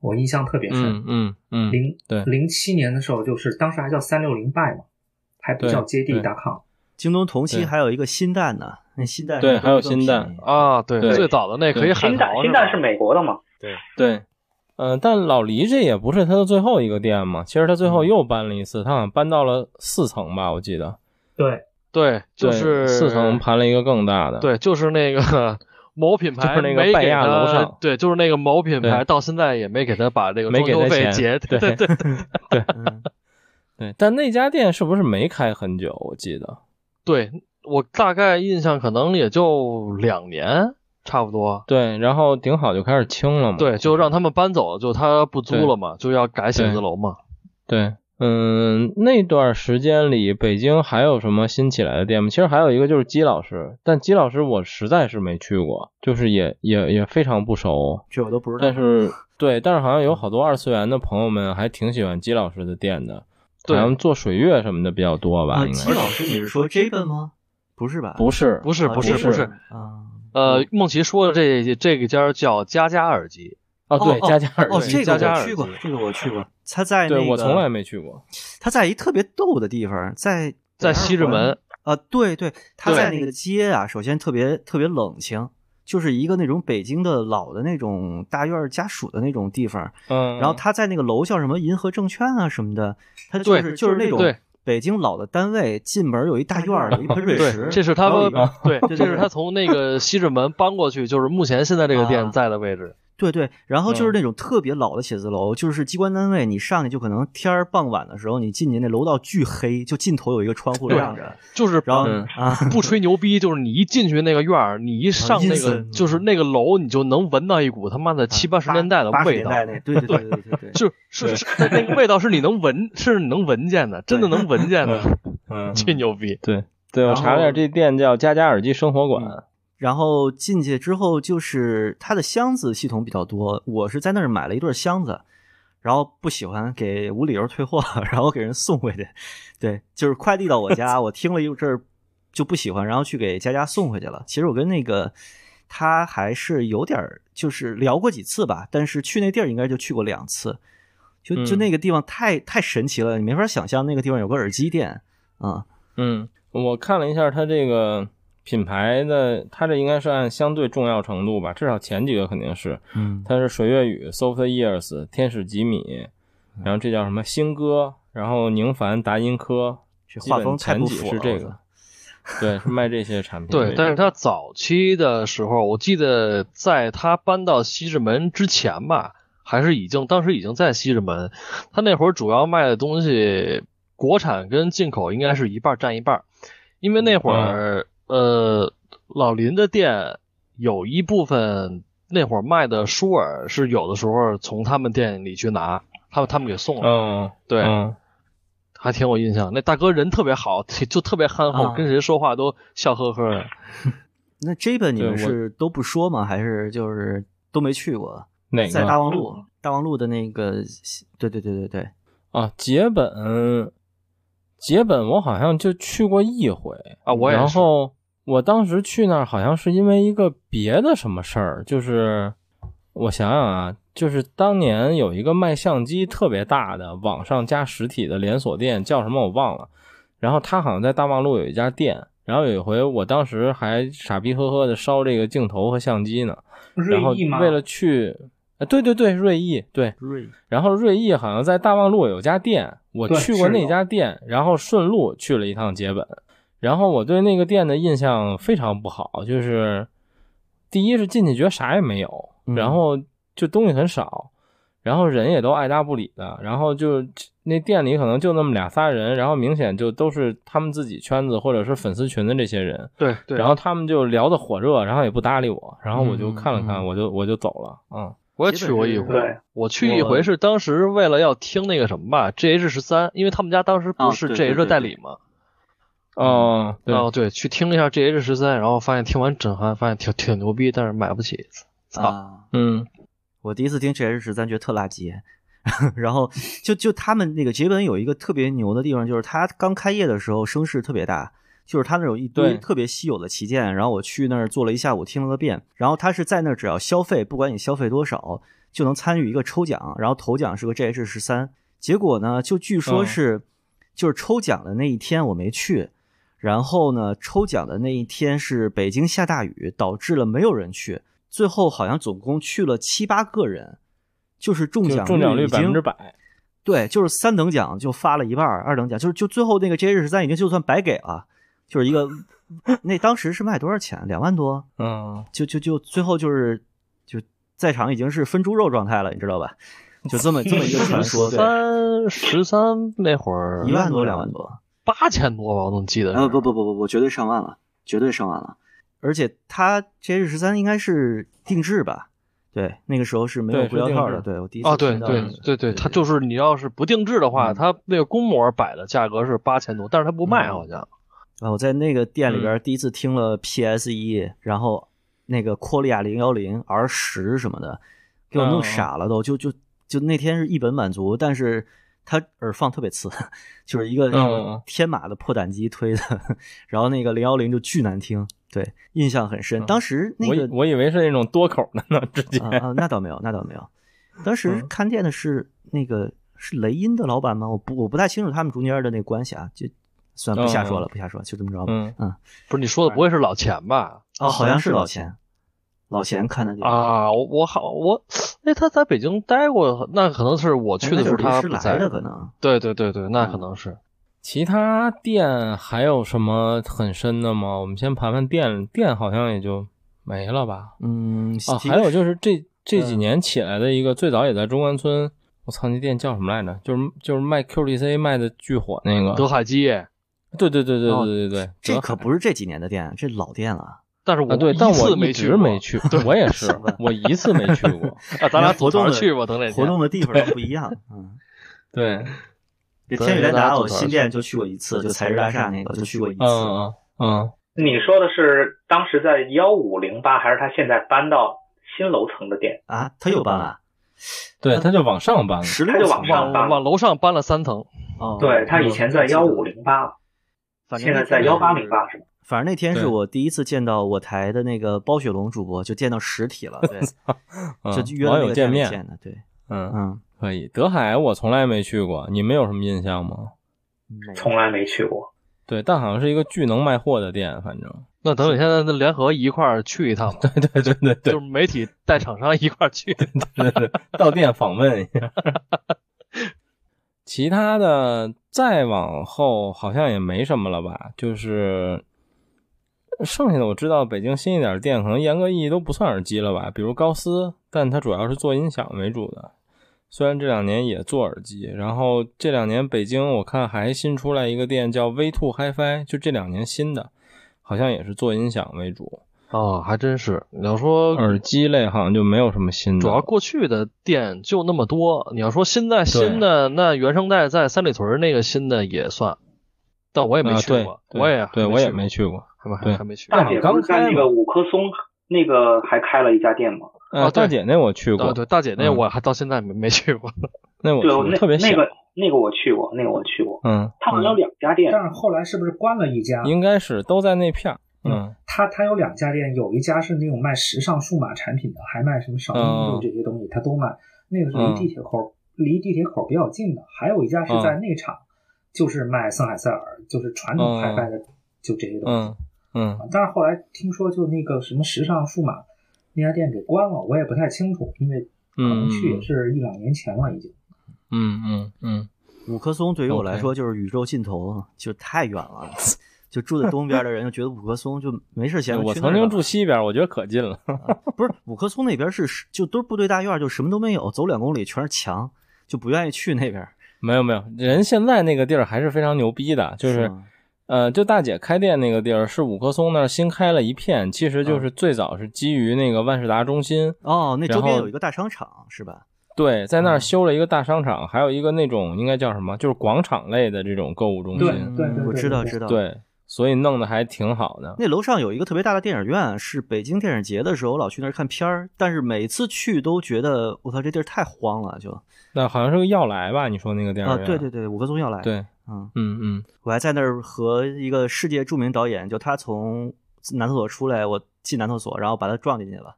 我印象特别深。嗯嗯嗯，零对零七年的时候，就是当时还叫三六零 buy 嘛，还不对叫接地对 .com。京东同对期还有一个新蛋呢，那新蛋对更还有更新蛋便宜啊，对，对最早的那可以对海淘吧美国的嘛？对，呃，但老黎这也不是他的最后一个店嘛，其实他最后又搬了一次，他好像搬到了四层吧，我记得，对，对，就对是四层盘了一个更大的，对，就是那个 某品牌就是那个没拜给亚他楼上对，就是那个某品对牌到现在也没给他把这个没装给修他费钱，结，对对对嗯对，但那家店是不是没开很久？我记得。对，我大概印象可能也就两年差不多。对，然后顶好就开始清了嘛。对，就让他们搬走，就他不租了嘛，就要改写字楼嘛。对，嗯，那段时间里，北京还有什么新起来的店吗？其实还有一个就是姬老师，但姬老师我实在是没去过，就是也也也非常不熟。这我都不知道 但。是对，但是好像有好多二次元的朋友们还挺喜欢姬老师的店的，好对像做水月什么的比较多吧，啊，应季该老师，你是说 J 本吗？不是吧？不是不是啊不是不不是是，啊。呃，梦琪说的这这个家叫佳佳耳机，哦，对，哦佳佳耳哦，机这个佳佳我耳去过机，这个我去过。他在那对个，我从来没去过。他在一特别逗的地方，在在西直门。啊，对对，他对在那个街啊，首先特别特别冷清，就是一个那种北京的老的那种大院儿家属的那种地方。嗯，然后他在那个楼叫什么银河证券啊什么的，他就对是就是那种对北京老的单位，进门有一大院儿，有一盆瑞石，对，这是他然后里们边对，对这是对他从那个西直门搬过去，就是目前现在这个店啊在的位置。对对，然后就是嗯那种特别老的写字楼，就是机关单位，你上去就可能天儿傍晚的时候，你进去那楼道巨黑，就尽头有一个窗户对亮着，就是然后、嗯啊，不吹牛逼，就是你一进去那个院儿，你一上那阴个森就是那个楼，你就能闻到一股他妈的七八十年代的啊八十味年道，代那对对对对对对，就是是是那个味道是你能闻，是你能闻见的，真的能闻见的，嗯，巨牛逼！对我然后嗯查了一下，这店叫佳佳耳机生活馆。然后进去之后，就是它的箱子系统比较多。我是在那儿买了一对箱子，然后不喜欢给无理由退货， 然后给人送回去。对，就是快递到我家，我听了一阵儿就不喜欢，然后去给佳佳送回去了。其实我跟那个他还是有点儿，就是聊过几次吧，但是去那地儿应该就去过两次。就就嗯那个地方太太神奇了，你没法想象那个地方有个耳机店啊、嗯，我看了一下它这个品牌的，它这应该是按相对重要程度吧，至少前几个肯定是，嗯，它是水月雨、Soft Years、天使吉米，嗯然后这叫什么新歌，然后宁凡达音科，这画风太基本不前几符是了，这我个操，对，是卖这些产品为主。对，但是他早期的时候，我记得在他搬到西直门之前吧，还是已经当时已经在西直门，他那会儿主要卖的东西，国产跟进口应该是一半儿占一半儿，因为那会儿、嗯呃老林的店有一部分那会儿卖的舒尔是有的时候从他们店里去拿，他们他们给送了，嗯，对，嗯还挺有嗯印象。那大哥人特别好，就特别憨厚，啊跟谁说话都笑呵呵的。那 j a p a n 你对们我是都不说吗？还是就是都没去过？哪个在大望路，大望路的那个，对对对对对，啊？节本，节本，我好像就去过一回。啊，我也然是后我当时去那儿好像是因为一个别的什么事儿，就是我想想啊，就是当年有一个卖相机特别大的网上加实体的连锁店，叫什么我忘了。然后他好像在大望路有一家店，然后有一回我当时还傻逼呵呵的烧这个镜头和相机呢，瑞然后意吗？为了去，呃对对对，瑞意对，瑞然后瑞意好像在大望路有家店，我对去过是那有家店，然后顺路去了一趟杰本，然后我对那个店的印象非常不好，就是第一是进去觉得啥也没有，嗯然后就东西很少，然后人也都爱搭不理的，然后就那店里可能就那么俩仨人，然后明显就都是他们自己圈子或者是粉丝群的这些人，对对，然后他们就聊得火热，然后也不搭理我，然后我就嗯看了看，嗯我就我就走了，嗯。我也去过一基本回对，我去一我回是当时为了要听那个什么吧，GH 十三，因为他们家当时不啊是对对 GH 对的代对理嘛，哦，对，哦对，去听了一下 GH 十三，然后发现听完震撼，发现挺挺牛逼，但是买不起。操啊，嗯，我第一次听 GH 十三觉得特垃圾， 然后就就他们那个杰本有一个特别牛的地方，就是他刚开业的时候声势特别大，就是他那有一堆对特别稀有的旗舰，然后我去那儿坐了一下午，听了个遍，然后他是在那儿只要消费，不管你消费多少，就能参与一个抽奖，然后头奖是个 GH 十三，结果呢，就据说嗯是、就是抽奖的那一天我没去。然后呢，抽奖的那一天是北京下大雨，导致了没有人去。最后好像总共去了七八个人，就是中就奖中奖率已百分经之百。对，就是三等奖就发了一半儿，二等奖就是就最后那个 J 十三已经就算白给了，就是一个 那当时是卖多少钱？两万多，嗯，就就就最后就是就在场已经是分猪肉状态了，你知道吧？就这么这么一个传 说，对，三十三那会儿一万多两万多，八千多吧，我总记得是。呃，不不不不不，绝对上万了，绝对上万了。而且它 J 十三应该是定制吧？对，那个时候是没有对布是料定套制的，对我第一次哦，对听到对那个对对，它就是你要是不定制的话，嗯它那个公模摆的价格是八千多，但是它不卖好像。啊，我在那个店里边嗯第一次听了 PS 一、然后那个科利亚零幺零 R 十什么的，给我嗯弄傻了都，就就就那天是一本满足，但是他耳放特别次， 就是一个什嗯么嗯天马的破胆机推的， 然后那个零幺零就巨难听，对，印象很深。嗯当时那我以个我以为是那种多口的呢，直接。啊啊，那倒没有，那倒没有。当时嗯看店的是那个是雷音的老板吗？我不我不太清楚他们中间的那个关系啊，就算了不瞎说了，嗯不瞎说，就这么着吧。嗯，不是你说的不会是老钱吧？哦，好像是老老钱钱，老钱看的这个，啊，我我好我，哎，他在北京待过，那可能是我去的时候嗯他哎是不来在的。可能。对对对对，那可能是。其他店还有什么很深的吗？我们先盘盘店，店好像也就没了吧。嗯，哦啊，其嗯还有就是这这几年起来的一个，最早也在中关村，我操，那店叫什么来着？就是就是卖 QDC 卖的巨火那个。德海基，对对对对哦对对对，这德可海不是这几年的店，这老店了。但是啊我对，一但次我没一去直过没 去，过，我也是吧，我一次没去过。啊，咱 俩组活动团的去吧，等哪活天。动的地方都不一样。 嗯， 对，这对天宇大联家达组我团新去店就去过一次，就财日大厦那个就去过一次。嗯嗯嗯，你说的是当时在幺五零八，还是他现在搬到新楼层的店？啊，嗯他又搬了，对，他就往上搬了。十他六就层往上吧。搬往往楼上搬了三层，哦，对他以前在幺五零八，反正现在在那天幺八零嗯八是吧？反正那天是对我第一次见到我台的那个包雪龙主播，就见到实体了，对， 嗯就约网了那友个见店里面，见的，对，嗯，嗯，可以。德海我从来没去过，你们有什么印象吗？嗯从来没去过。对，但好像是一个巨能卖货的店，反正。 那等哪天咱联合一块儿去一趟吧，对对对对对就是媒体带厂商一块儿去。 对对，到店访问一下。 其他的再往后好像也没什么了吧，就是剩下的我知道北京新一点的店，可能严格意义都不算耳机了吧，比如高斯，但它主要是做音响为主的。虽然这两年也做耳机，然后这两年北京我看还新出来一个店叫 V Two HiFi，就这两年新的，好像也是做音响为主， 哦，还真是。你要说耳机类好像就没有什么新的。主要过去的店就那么多，你要说现在新的，那原生代在三里屯那个新的也算。但我也没啊去过，对我也对还我也过没去过。还没还对还没去。大过。姐姐刚不是在开那嘛个五棵松那个还开了一家店吗？呃啊对大姐那我去对过，对，大姐那嗯我还到现在没没去过。 那我对，我去那过，特别小那。个那个我去过，那个我去过，嗯，它好像有两家店，但是后来是不是关了一家？应该是都在那片儿。嗯它它有两家店，有一家是那种卖时尚数码产品的，还卖什么少嗯年运动这些东西，它都卖。那个是离嗯地铁口、离地铁口比较近的，还有一家是嗯在内场，就是卖森海塞尔，就是传嗯统派卖的，就这些东西。嗯嗯但是后来听说就那个什么时尚数码那家店给关了，我也不太清楚，因为可能去嗯也是一两年前了已经。嗯嗯嗯，五棵松对于我来说就是宇宙尽头，就太远 了。就住在东边的人就觉得五棵松就没事闲对着我去那儿曾经干嘛住西边，我觉得可近了。 不是五棵松那边是是就都是部队大院，就什么都没有，走两公里全是墙，就不愿意去那边。没有没有，人现在那个地儿还是非常牛逼的，就是吗呃，就大姐开店那个地儿是五棵松那儿新开了一片，其实就是最早是基于那个万事达中心，哦，那周边然后有一个大商场是吧？对，在那儿嗯修了一个大商场，还有一个那种应该叫什么，就是广场类的这种购物中对心，对对嗯我对知道对知道。，对，所以弄得还挺好的。那楼上有一个特别大的电影院，是北京电影节的时候我老去那儿看片儿，但是每次去都觉得我操这地儿太荒了，就那好像是个要来吧？你说那个电影啊院？对对对，五棵松要来，，对，嗯，嗯嗯，我还在那儿和一个世界著名导演，就他从男厕所出来，我进男厕所，然后把他撞进去了，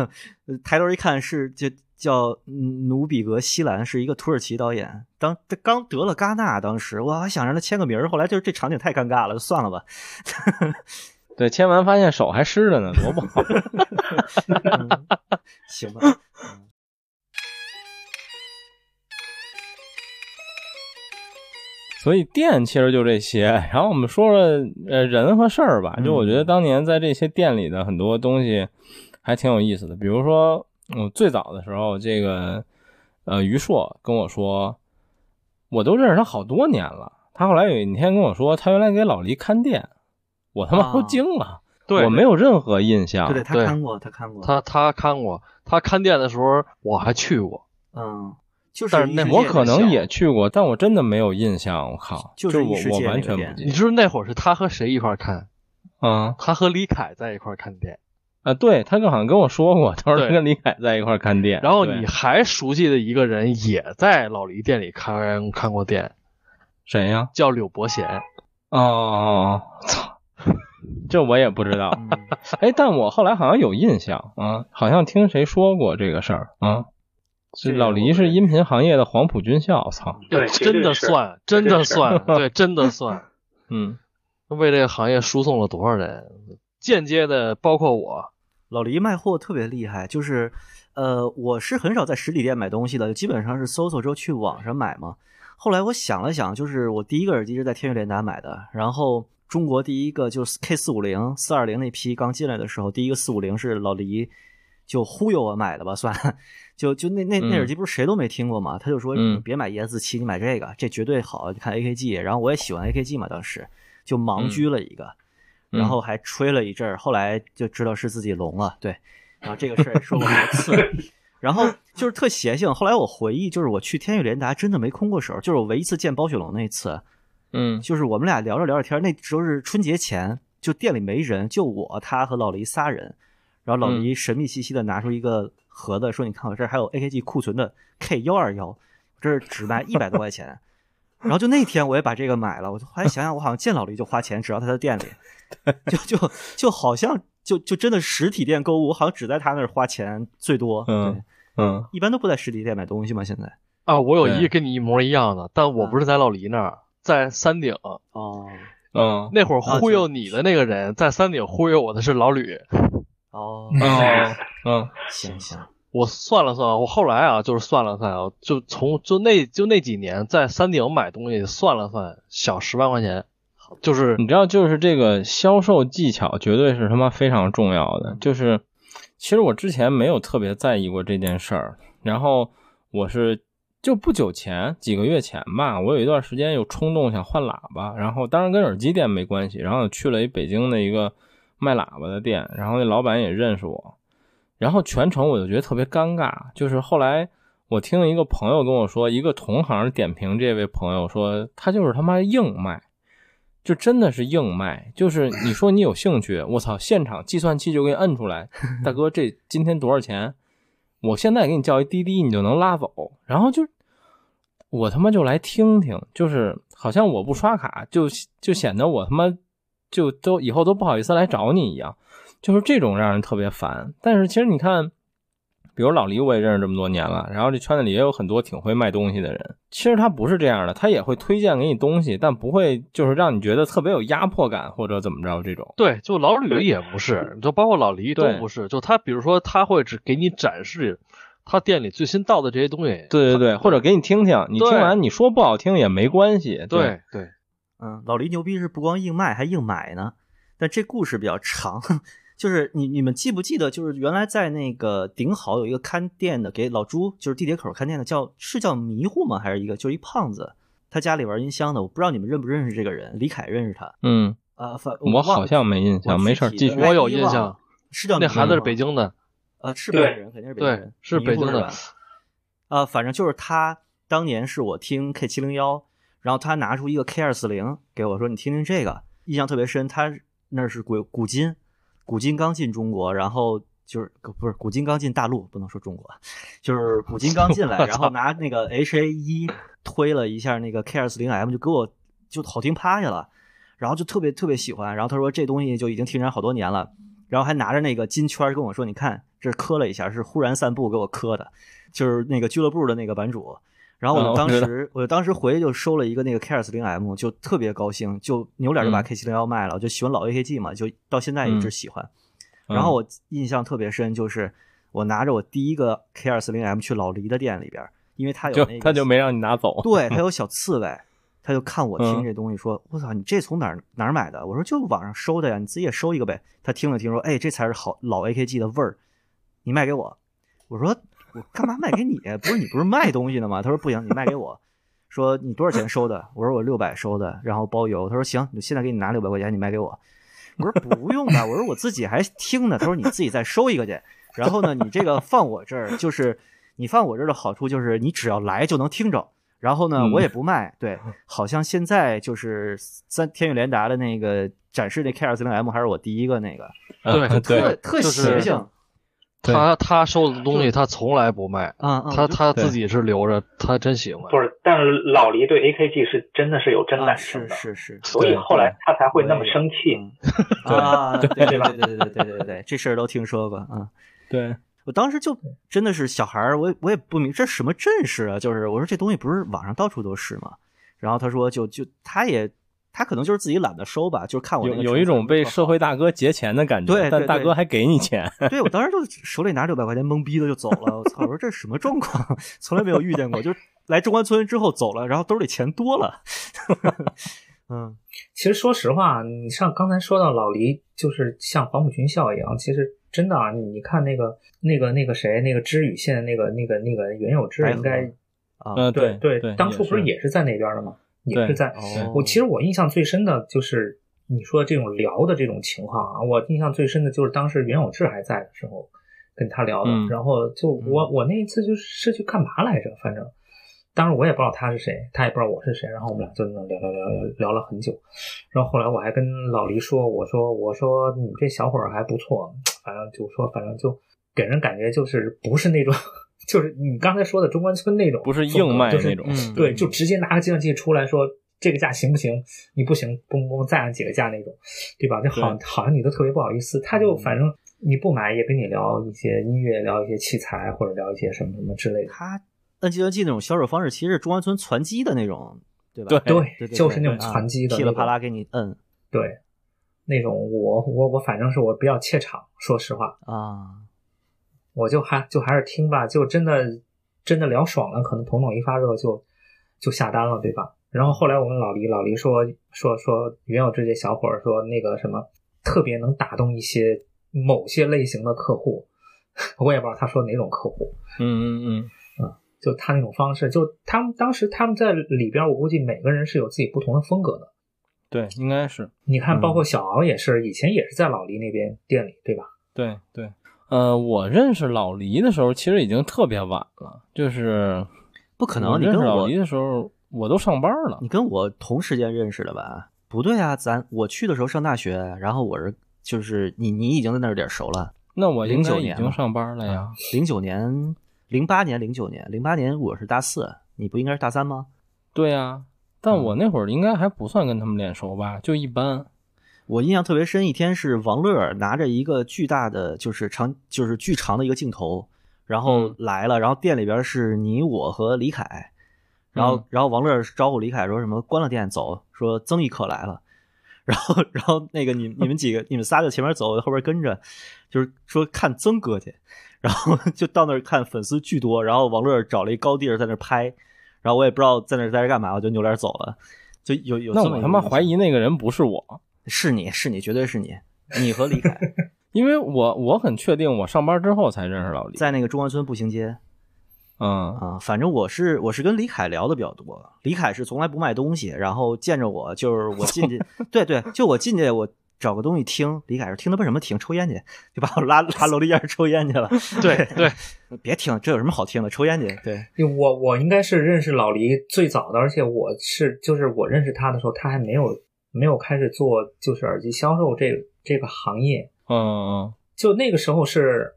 抬头一看是就叫努比格西兰，是一个土耳其导演，当他刚得了戛纳，当时我还想让他签个名儿，后来就是这场景太尴尬了，就算了吧。对，签完发现手还湿着呢，多不 好。嗯行 吧，所以店其实就这些，然后我们说说呃人和事儿吧。就我觉嗯得当年在这些店里的很多东西还挺有意思的，比如说嗯最早的时候，这个呃于硕跟我说，我都认识他好多年了。他后来有一天跟我说，他原来给老黎看店，我他妈啊都惊了，对，我没有任何印象。对对，他对看过，他看过，他他看过，他看店的时候我还去过。嗯，就是但是异那世我界可的能小也去过，但我真的没有印象。我靠，就就是异我世我界完那个全店不记你得。知道那会儿是他和谁一块儿看？嗯他和李凯在一块儿看店，啊，对他好像跟我说过，他说他对跟李凯在一块儿看店。然后对你还熟悉的一个人也在老黎店里看看过店，谁呀？叫柳伯贤。哦哦哦，操，这我也不知道。嗯哎，但我后来好像有印象啊，好像听谁说过这个事儿啊。这这个老我黎不是认音频行业的黄埔军校，操，对绝真对的是算，真绝的对是算，对，真 的算。嗯，为这个行业输送了多少人？间接的，包括我，老黎卖货特别厉害，就是，呃，我是很少在实体店买东西的，基本上是搜索之后去网上买嘛。后来我想了想，就是我第一个耳机是在天悦联达买的，然后中国第一个就是 K 四五零、四二零那批刚进来的时候，第一个四五零是老黎就忽悠我买的吧，算，就就那那那嗯耳机不是谁都没听过嘛，他就说嗯你别买椰子七，你买这个，这绝对好，你看 AKG，然后我也喜欢 AKG 嘛，当时就盲狙了一个。嗯然后还吹了一阵儿，后来就知道是自己聋了，对。然后这个事儿说过很多次，然后就是特邪性。后来我回忆，就是我去天悦联达真的没空过手，就是我唯一一次见包雪龙那一次，嗯就是我们俩聊着聊着天儿，那时候是春节前，就店里没人，就我、他和老黎仨人。然后老黎神秘兮兮的拿出一个盒子，说：“你看我这儿还有 AKG 库存的 K 幺二幺，这儿只卖一百多块钱。”然后就那天我也把这个买了，我就后来想想，我好像见老黎就花钱，只要他的店里，就就就好像就就真的实体店购物，我好像只在他那儿花钱最多，嗯对，嗯，一般都不在实体店买东西嘛。现在啊，我有一对个跟你一模一样的，但我不是在老黎那儿，在山顶。哦嗯，那会儿啊忽悠你的那个人，在山顶忽悠我的是老吕。哦，哦，嗯，行行，我算了算，我后来啊，就是算了算啊，就从就那就那几年在山顶买东西，算了算，小十万块钱，就是你知道，就是这个销售技巧绝对是他妈非常重要的。就是，其实我之前没有特别在意过这件事儿，然后我是就不久前几个月前吧，我有一段时间有冲动想换喇叭，然后当然跟耳机店没关系，然后去了一北京的一个卖喇叭的店，然后那老板也认识我，然后全程我就觉得特别尴尬，就是后来。我听一个朋友跟我说，一个同行点评这位朋友说，他就是他妈硬卖，就真的是硬卖，就是你说你有兴趣，我操，现场计算器就给你摁出来，大哥这今天多少钱？我现在给你叫一滴滴，你就能拉走。然后就我他妈就来听听，就是好像我不刷卡就就显得我他妈就都以后都不好意思来找你一样，就是这种让人特别烦。但是其实你看。比如老黎，我也认识这么多年了，然后这圈子里也有很多挺会卖东西的人。其实他不是这样的，他也会推荐给你东西，但不会就是让你觉得特别有压迫感或者怎么着这种。对，就老吕也不是，就包括老黎都对不是，就他比如说他会只给你展示他店里最新到的这些东西，对对对，或者给你听听，你听完你说不好听也没关系。对对对，嗯，老黎牛逼是不光硬卖还硬买呢，但这故事比较长， 就是你你们记不记得，就是原来在那个顶好有一个看店的，给老朱就是地铁口看店的，叫是叫迷糊吗？还是一个就是一胖子，他家里玩音箱的，我不知道你们认不认识这个人，李凯认识他，嗯，啊，反我好像没印象，忘了没事儿，具继体续的。我有印象，哎你忘了是叫那孩子是京。北京的，呃，是北京人，肯定是北京对人，是迷北糊京的吧。呃，反正就是他当年是我听 K 七零幺，然后他拿出一个 K 二四零给我说：“你听听这个，印象特别深。他那是古古今，古今刚进中国，然后就是不是古今刚进大陆，不能说中国，就是古今刚进来， 我然后拿那个 H A 一推了一下那个 K 二四零 M，就给我就好听趴下了，然后就特别特别喜欢。然后他说这东西就已经停产好多年了，然后还拿着那个金圈儿跟我说：“你看，这磕了一下，是忽然散步给我磕的，就是那个俱乐部的那个版主。”然后我啊就我当知道时，我就当时回去就收了一个那个 K 二四零 M，就特别高兴，就扭脸就把嗯 K 七零幺卖了，我就喜欢老 AKG 嘛，就到现在一直喜欢。然嗯后我印象特别深，就是我拿着我第一个 K 二四零 M 去老黎的店里边儿，因为他有就那个他就没让你拿走。对，还有小刺猬，他就看我听嗯这东西说：“我操，你这从哪儿哪儿买的？”我说：“就网上收的呀，你自己也收一个呗。”他听了听说：“哎，这才是好老 AKG 的味儿，你卖给我。”我说：“我干嘛卖给你？不是你不是卖东西的吗？”他说：“不行，你卖给我。”说你多少钱收的？我说我六百收的，然后包邮。他说行，你现在给你拿六百块钱，你卖给我。我说不用吧，我说我自己还听呢。他说你自己再收一个去。然后呢，你这个放我这儿就是，你放我这儿的好处就是你只要来就能听着。然后呢，嗯我也不卖。对，好像现在就是三天宇联达的那个展示那 K 二四零 M 还是我第一个那个，对嗯对特对特就是邪性对他他收的东西他从来不卖，啊啊！他我就他对自己是留着，他真喜欢。不是，但是老黎对 AKG 是真的是有真啊感情是的，是是，所以后来他才会那么生气。嗯啊！对对对对对对 对对对，这事儿都听说过啊。嗯对，我当时就真的是小孩儿，我也我也不明这什么阵势啊，就是我说这东西不是网上到处都是吗？然后他说就就他也他可能就是自己懒得收吧，就是看我那有个有一种被社会大哥劫钱的感觉，对对但大对啊哥还给你钱。对我当时就手里拿六百块钱懵逼的就走了，我操！我说这是什么状况？从来没有遇见过，就是来中关村之后走了，然后兜里钱多了， 嗯其实说实话，你像刚才说到老黎，就是像黄埔军校一样，其实真的啊，你你看那个那个那个谁，那个知语县那个那个那个袁有志白，河应该啊嗯，对对对，当初不是是也是在那边的吗？也对是在。哦我其实我印象最深的就是你说这种聊的这种情况啊，我印象最深的就是当时袁有志还在的时候跟他聊的，嗯然后就我我那一次就是是去干嘛来着，反正。当时我也不知道他是谁，他也不知道我是谁，然后我们俩就那聊聊聊嗯聊聊了很久，然后后来我还跟老黎说，我说我说你这小伙儿还不错，反正就说反正就给人感觉就是不是那种， 就是你刚才说的中关村那种，不是硬卖那种就，是嗯对，就直接拿个计算器出来说这个价行不行？你不行，嘣嘣再按几个价那种，对吧？就好好像你都特别不好意思，他就嗯反正你不买也跟你聊一些音乐，聊一些器材或者聊一些什么什么之类的。他按计算器那种销售方式，其实是中关村传机的那种，对吧？对对，对对，就是那对种啊传机的噼那里种，啪啦给你摁对，那种我我我反正是我比较怯场，说实话，啊，我就还就还是听吧，就真的真的聊爽了，可能头脑一发热就就下单了，对吧？然后后来我问老黎，老黎说说说原有这些小伙儿说那个什么特别能打动一些某些类型的客户， 我也不知道他说哪种客户，嗯嗯嗯，就他那种方式，就他们当时他们在里边，我估计每个人是有自己不同的风格的。对，应该是。你看，包括小敖也是，以前也是在老黎那边店里，对吧？对对，呃，我认识老黎的时候，其实已经特别晚了，就是不可我能，你认跟识老我黎的时候，我都上班了你。跟我同时间认识的吧？不对啊，咱我去的时候上大学，然后我是就是你你已经在那儿有点熟了，那我应该09已年经了啊上班了呀。零九年、零八年、零九年、零八年我是大四，你不应该是大三吗？对呀，但我嗯那会儿应该还不算跟他们脸熟吧，就一般。我印象特别深，一天是王乐拿着一个巨大的，就是长，就是巨长的一个镜头，然后嗯来了，然后店里边是你我和李凯，然后、嗯然后王乐招呼李凯说什么关了店走，说曾轶可来了， 然后然后那个你你们几个你们仨就前面走，后边跟着，就是说看曾哥去， 然后就到那儿看粉丝巨多，然后王乐找了一高地儿在那儿拍，然后我也不知道在那儿在这干嘛，我就扭脸走了。就有有那这么我一他个妈印象怀疑那个人不是我，是你是你，绝对是你，你和李凯因为我我很确定我上班之后才认识老李。在那个中关村步行街嗯啊、反正我是我是跟李凯聊的比较多。李凯是从来不卖东西，然后见着我就是我进去，对对，就我进去我找个东西听，李凯说听他妈什么听，抽烟去，就把我拉拉楼梯间儿抽烟去了。 对对，别听，这有什么好听的？抽烟去，对，我我应该是认识老黎最早的，而且我是就是我认识他的时候，他还没有没有开始做就是耳机销售这这个行业。嗯嗯就那个时候是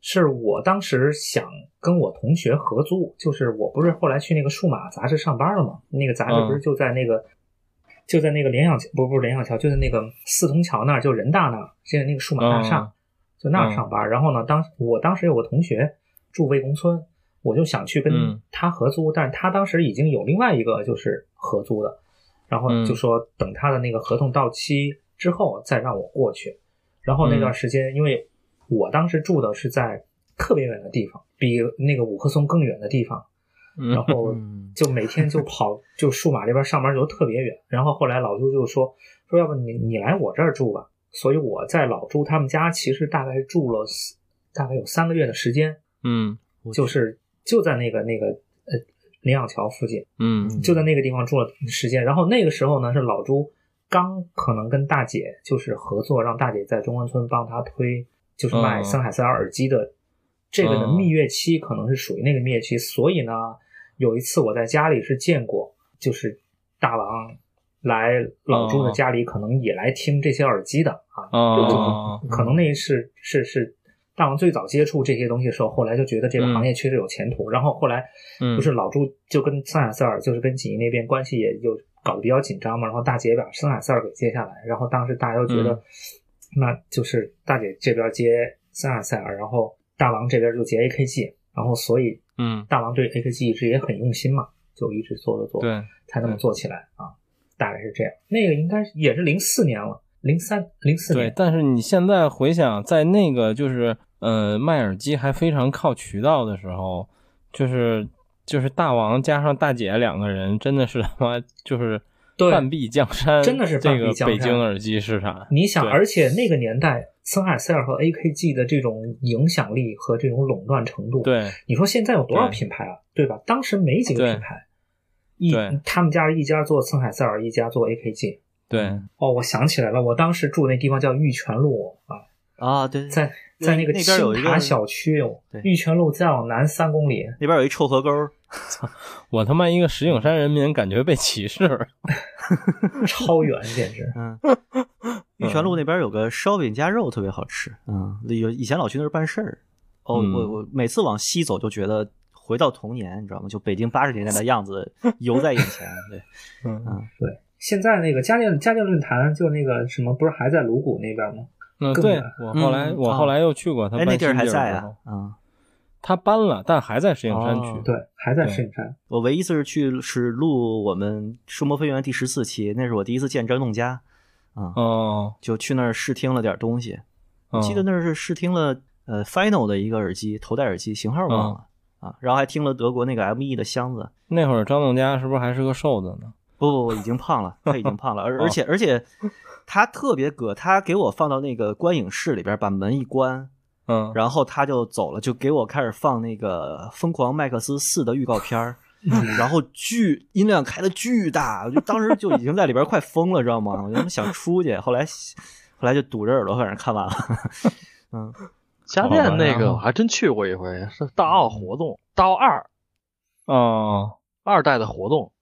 是我当时想跟我同学合租，就是我不是后来去那个数码杂志上班了嘛，那个杂志不嗯是就在那个、就在那个联想桥不不是联想桥，就在那个四通桥那儿，就人大那儿，现在那个数码大厦。嗯就那儿上班。然后呢，当我当时有个同学住魏公村，我就想去嗯跟他合租，但是他当时已经有另外一个就是合租的，然嗯后就说等他的那个合同到期之后再让我过去。然后那段时间，因为我当时住的是在特别远的地方，比那个五棵松更远的地方，嗯，然后嗯就每天就跑，就数码这边上班就特别远。然后后来老朱就说说，要不你你来我这儿住吧。所以我在老朱他们家其实大概住了四大概有三个月的时间，嗯就是就在那个那个呃林养桥附近，嗯就在那个地方住了时间。然后那个时候呢，是老朱刚可能跟大姐就是合作，让大姐在中关村帮他推，就是卖嗯森海塞尔耳机的这个的嗯蜜月期，可能是属于那个蜜月期。所以呢，有一次我在家里是见过，就是大王来老朱嗯的家里，可能也来听这些耳机的啊。哦，可能那是是是大王最早接触这些东西的时候，后来就觉得这个行业确实有前途。然后后来 嗯不是老朱就跟森海塞尔，就是跟锦衣那边关系也就搞得比较紧张嘛。然后大姐把森海塞尔给接下来，然后当时大家都觉得，嗯 那就是大姐这边接森海塞尔，然后大王这边就接 AKG，然后所以嗯大王对 AKG 一直也很用心嘛，就一直做做做，对，才那么做起来啊。大概是这样，那个应该是也是零四年了，零三零四对年，，但是你现在回想，在那个就是呃卖耳机还非常靠渠道的时候，就是就是大王加上大姐两个人，真的是他妈就是对半壁江山，真的是半这壁个江北山嗯京耳机市场。你想，对而且那个年代，森海塞尔和 AKG 的这种影响力和这种垄断程度，，对，你说现在有多少对品牌啊，对吧？当时没几个对品牌，一对他们家一家做森海塞尔，一家做 AKG。对，哦，我想起来了，我当时住那地方叫玉泉路啊，啊，对，在那在那个那边有青一塔个小区哦对，玉泉路再往南三公里， 那边有一臭河沟，我他妈一个石景山人民，感觉被歧视。超远，简直。嗯， 玉泉嗯路那边有个烧饼夹肉特别好吃，嗯，有以前老去那儿办事儿。哦，嗯我我每次往西走就觉得回到童年，你知道吗？就北京八十年代的样 子游在眼前。对，现在那个家电家电论坛，就那个什么，不是还在鲁谷那边吗？嗯，更对远我后来嗯我啊后来又去 过他哎，搬那新地地儿儿还的在时啊候，，嗯，他搬了，但还在石景山区哦。对，还在对圣山。我唯一一次去是录我们《数魔飞猿》第十四期，那是我第一次见张栋佳，啊、哦，就去那儿试听了点东西。嗯我记得那是试听了呃 Final 的一个耳机，头戴耳机，型号忘哦了、啊，然后还听了德国那个 ME 的箱子。那会儿张栋家是不是还是个瘦子呢？不不不，已经胖了，他已经胖了，而而且而且他特别葛，他给我放到那个观影室里边，把门一关，嗯，然后他就走了，就给我开始放那个《疯狂麦克斯四》的预告片儿。然后巨音量开的巨大，我就当时就已经在里边快疯了，知道吗？我就想出去，后来后来就堵着耳朵，反正看完了。嗯，家电那个我还真去过一回，是大奥活动，大奥二哦，二代的活动，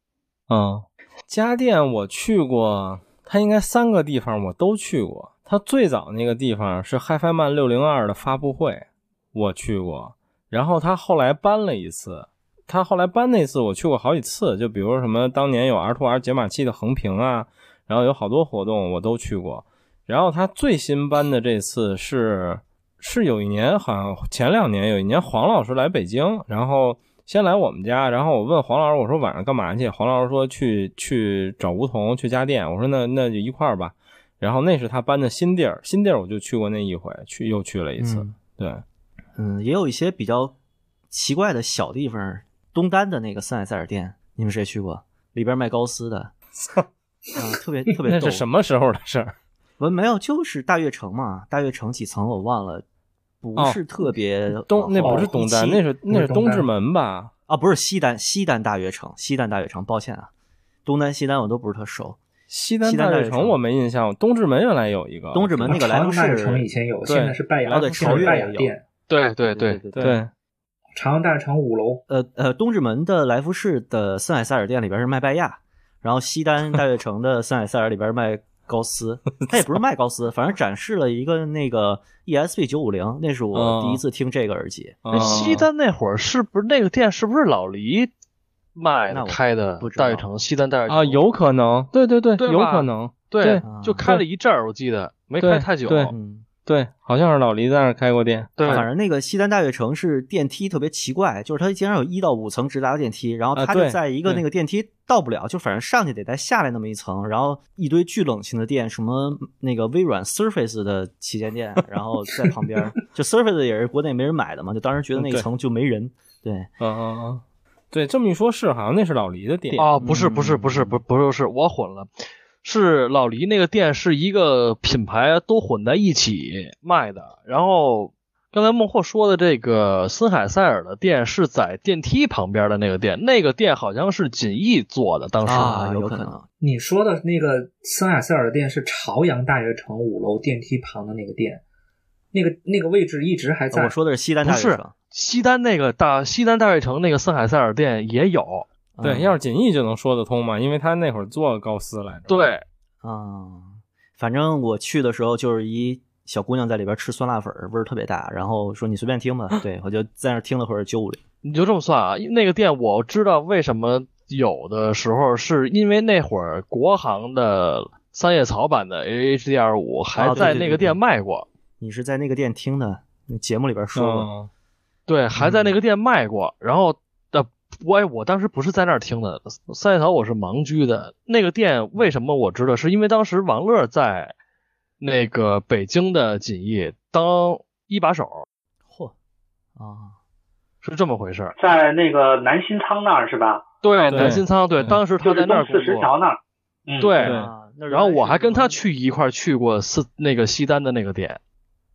嗯，家电我去过，它应该三个地方我都去过。它最早那个地方是 HiFi Man 六零二的发布会，我去过。然后它后来搬了一次，它后来搬那次我去过好几次，就比如什么当年有 R2R 解码器的横屏啊，然后有好多活动我都去过。然后它最新搬的这次是是有一年好像前两年有一年黄老师来北京，然后。先来我们家，然后我问黄老师，我说晚上干嘛去？黄老师说去去找梧桐去家电。我说那那就一块儿吧。然后那是他搬的新地儿，新地儿我就去过那一回，去又去了一次。嗯对，嗯，也有一些比较奇怪的小地方。东单的那个森海塞尔店，你们谁去过？里边卖高斯 的，啊，特别特别那逗。是什么时候的事儿？么？没有，就是大悦城嘛，大悦城几层我忘了，不哦是特别呃往后、东那不是东单，哦西那是那是东东单直门吧？啊，不是西单，西单大悦城，西单大悦城，抱歉啊，东单西单我都不是特熟。西单西单大大悦悦城城我没印象，东直门原来有一个。东直门那个莱朝农阳大悦城市以前有，对现在是拜哦雅，对现在是拜雅朝越也店。对对对对，对，朝阳大悦城五楼，呃呃，东直门的来福士的森海塞尔店里边是卖拜亚，然后西单大悦城的森海塞尔里边卖高斯，他也不是卖高斯，反正展示了一个那个 ESP 九五零，那是我第一次听这个耳机，嗯哎西单那会儿是不是那个店是不是老黎卖那的我开的不知道大悦城西单大悦城啊，有可能，对对对，对吧有可能，对对啊就开了一阵儿，我记得没对开太久。对嗯。对，好像是老黎在那儿开过店。对啊反正那个西单大悦城是电梯特别奇怪，就是它竟然有一到五层直达的电梯，然后啊它就对在一个对那个电梯到不了，就反正上去得再下来那么一层，然后一堆巨冷清的店，什么那个微软 Surface 的旗舰店，然后在旁边儿，就 Surface 也是国内没人买的嘛，就当时觉得那嗯对层就没人，对，嗯嗯嗯，对，这么一说，是好像那是老黎的店。啊，不是不是不是不不是是我混了，是老黎那个店是一个品牌都混在一起卖的。然后刚才孟获说的这个森海塞尔的店是在电梯旁边的那个店，那个店好像是锦艺做的，当时啊，有可能。能，你说的那个森海塞尔的店是朝阳大悦城五楼电梯旁的那个店，那个那个位置一直还在。我说的是西单不大悦是城，西单那个大西单大悦城那个森海塞尔店也有，对，嗯要是锦艺就能说得通嘛，因为他那会儿做高斯来着。，对，啊，反正我去的时候就是一小姑娘在里边吃酸辣粉儿，味儿特别大，然后说你随便听吧，对我就在那儿听了会儿九五零，你就这么算啊？那个店我知道为什么有的时候是因为那会儿国行的三叶草版的 HDR 五还在那个店卖过，你是在那个店听的，那节目里边说过，嗯，对还在那个店卖过。然后呃，我我当时不是在那儿听的，三叶草我是盲居的。那个店为什么我知道？是因为当时王乐在那个北京的锦艺当一把手，嚯、啊，是这么回事儿。在那个南新仓那儿是吧？对，对南新仓，对，对当时他就是在那儿东工作四。十桥那儿。嗯，对啊那然后原来我是还跟他什么去一块儿去过四那个西单的那个店，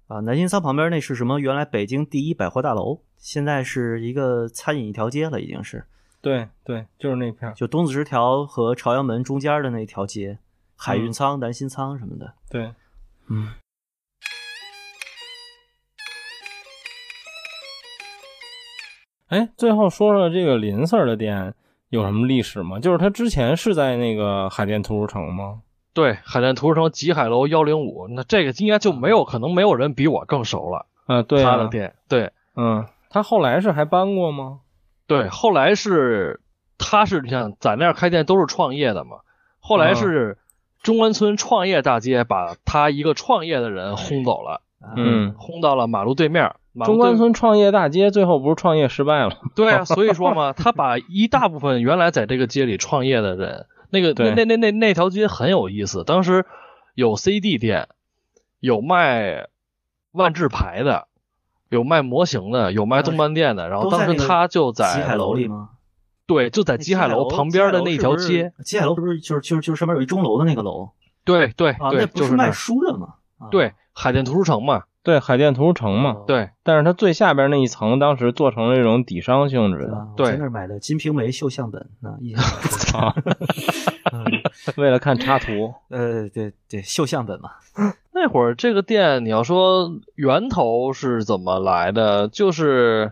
啊，南新仓旁边那是什么？原来北京第一百货大楼，现在是一个餐饮一条街了，已经是对对，就是那片儿。就东子十条和朝阳门中间的那条街，海运嗯仓、南新仓什么的。对，嗯，哎，最后说说这个林 Sir 的店有什么历史吗？就是他之前是在那个海淀图书城吗？对，海淀图书城极海楼幺零五，那这个应该就没有可能没有人比我更熟了。啊，对他啊的，店，对嗯，他后来是还搬过吗？对，后来是他是你想在那儿开店都是创业的嘛，后啊来是中关村创业大街把他一个创业的人轰走了，啊，嗯，轰到了马路对面。马路中对关村创业大街最后不是创业失败了吗？ 对啊，所以说嘛，他把一大部分原来在这个街里创业的人，那个对那那那那那条街很有意思。当时有 CD 店，有卖万智牌的，有卖模型的，有卖动漫店的。然后哎都在当时那个他就在极海楼里？吗？对，就在那极海楼旁边的那条街。，极海楼是不是极海楼是不是就是就是就是上面有一钟楼的那个楼对对啊？对，那不就是是那卖儿。书的吗？啊对，海淀图书城嘛。对，海淀图书城嘛。对，但是它最下边那一层当时做成了这种底商性质对的，吧？我对在那儿买的《金瓶梅》绣像本，啊，一千 啊，为了看插图。呃，对对，绣像本嘛，那会儿这个店，你要说源头是怎么来的，就是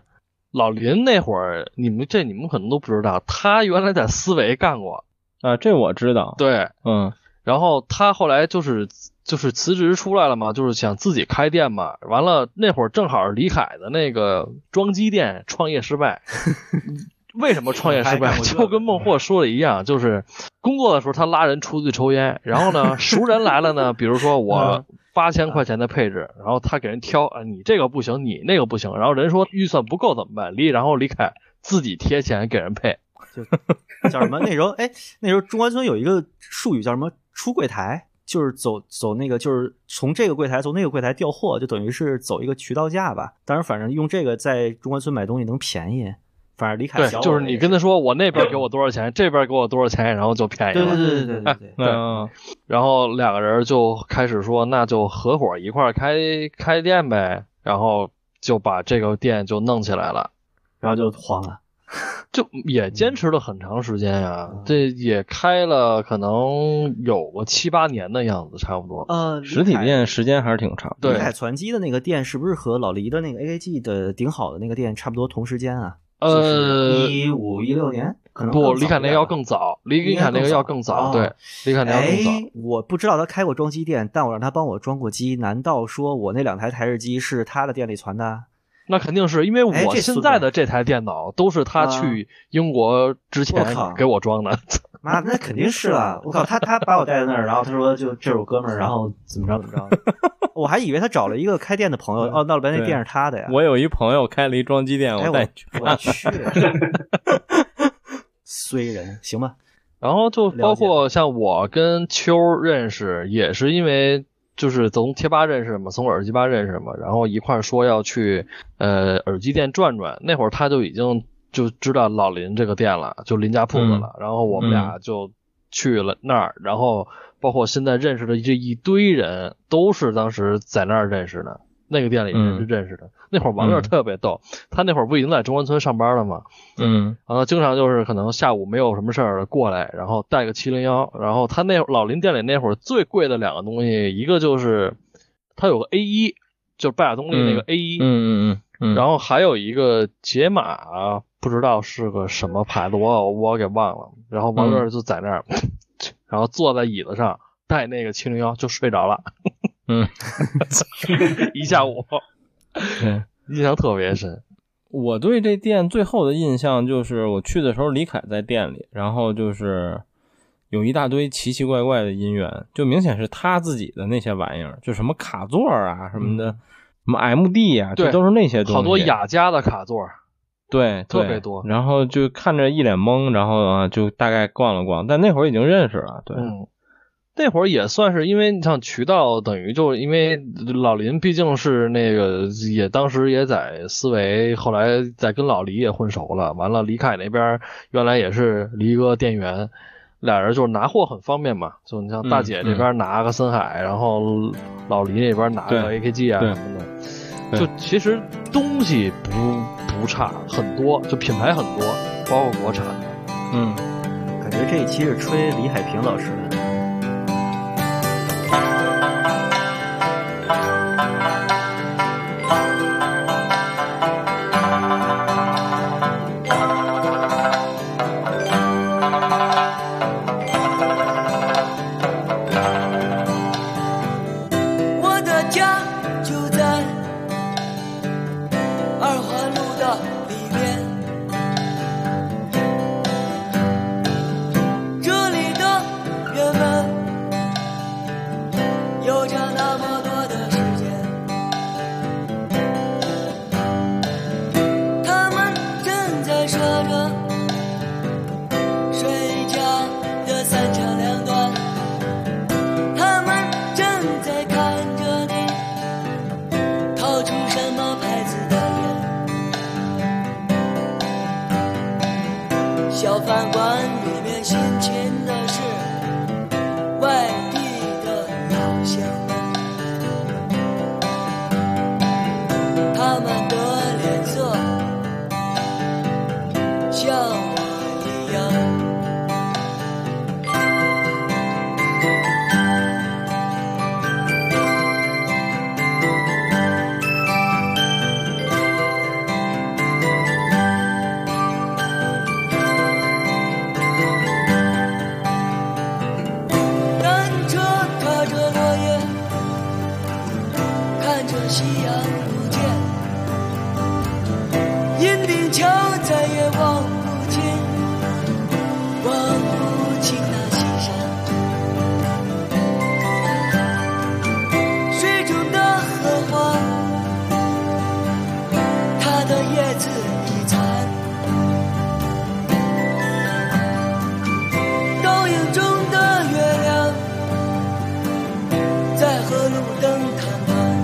老林那会儿，你们这你们可能都不知道，他原来在思维干过，啊，这我知道。对，嗯，然后他后来就是就是辞职出来了嘛，就是想自己开店嘛。完了那会儿正好李凯的那个装机店创业失败，为什么创业失败？就跟孟获说的一样，就是工作的时候他拉人出去抽烟，然后呢熟人来了呢，比如说我八千块钱的配置，然后他给人挑啊，你这个不行，你那个不行，然后人说预算不够怎么办？李然后李凯自己贴钱给人配。叫什么？那时候哎，那时候中关村有一个术语叫什么“出柜台”，就是走走那个，就是从这个柜台从那个柜台调货，就等于是走一个渠道价吧。当然，反正用这个在中关村买东西能便宜。反正李凯对，小就是我你也跟他说我那 边给我多少钱，这边给我多少钱，然后就便宜对了。对对对对对对，嗯，然后两个人就开始说，那就合伙一块儿开开店呗，然后就把这个店就弄起来了，然后就黄了。就嗯也坚持了很长时间呀、这也开了可能有个七八年的样子，差不多。呃，李实体凯店时间还是挺长。对李凯传机的那个店是不是和老黎的那个 AKG 的顶好的那个店差不多同时间啊？哦呃，一五一六年，可能不，更早李凯那个一点要吧更早，李应李该凯那个更要早更早，哦对，李凯那个要更早。哎，我不知道他开过装机店，但我让他帮我装过机。难道说我那两台台式机是他的店里传的？那肯定是因为哎我这现速在度的这台电脑都是他啊去英国之前靠给我装的。妈，那肯定是了。我靠，他他把我带到那儿，然后他说就这是我哥们儿，然后怎么着怎么着， 我还以为他找了一个开店的朋友，嗯哦，闹了半天对店是他的呀。我有一朋友开了一装机店，哎，我带你去。我去，衰人，行吧？然后就包了解括像我跟秋儿认识，也是因为就是从贴吧认识嘛，从耳机吧认识嘛，然后一块儿说要去呃耳机店转转。那会儿他就已经就知道老林这个店了，就林家铺子嗯了。然后我们俩就去了那儿，然后包括现在认识的这一堆人，都是当时在那儿认识的。那个店里嗯人是认识的。那会儿王月嗯特别逗，他那会儿不已经在中关村上班了吗？嗯然呃后经常就是可能下午没有什么事儿过来，然后带个七零幺，然后他那老林店里那会儿最贵的两个东西，一个就是他有个 A 一，就是拜亚东丽那个 A 一、嗯嗯嗯，然后后还有一个解码，不知道是个什么牌子，我我给忘了。然后嗯王乐就在那儿，然后坐在椅子上带那个七零幺就睡着了，嗯， 一下午对，印象特别深。我对这店最后的印象就是，我去的时候李凯在店里，然后就是有一大堆奇奇怪怪的音源，就明显是他自己的那些玩意儿，就什么卡座啊什么的，什么 MD 啊，对这都是那些东西，好多雅家的卡座，对，特对别多然后就看着一脸懵，然后啊就大概逛了逛，但那会儿已经认识了，对，嗯，那会儿也算是因为你像渠道，等于就因为老林毕竟是那个也当时也在思维，后来在跟老李也混熟了。完了，李凯那边原来也是黎哥店员，俩人就是拿货很方便嘛。就你像嗯大姐这边拿个森海，然后老黎那边拿个对 AKG 啊对什么的，对就其实东西不不差，很多，就品牌很多，包括国产。嗯。感觉这一期是吹李海平老师的。我的家就在二环路的里面，这里的人们有着那么多的时间，他们正在说着睡觉的三长两短。他们正在看着你掏出什么牌子的烟，夕阳不见，银鬓桥再也望不尽，望不尽那西山。水中的荷花，它的叶子已残，倒影中的月亮，在和路灯谈判。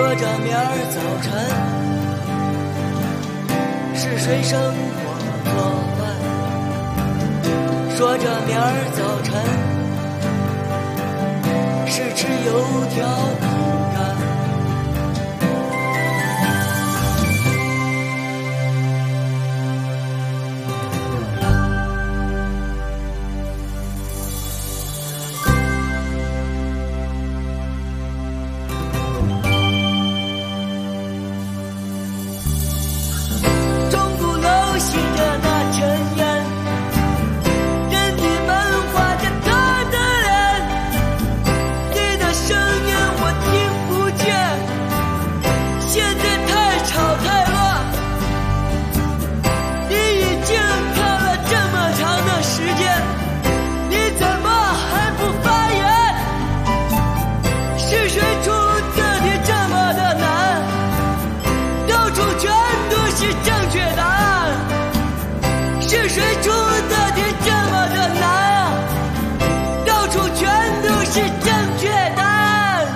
说着明儿早晨是谁生我做饭？说着明儿早晨是吃油条饼干。中鼓楼吸着那尘烟，人群们画着他的脸，你的声音我听不见，现在太吵太乱，你已经看了这么长的时间，你怎么还不发言？是谁出的题这么的难？到处全都是正确答案，是谁出的题这么的难啊？到处全都是正确答案。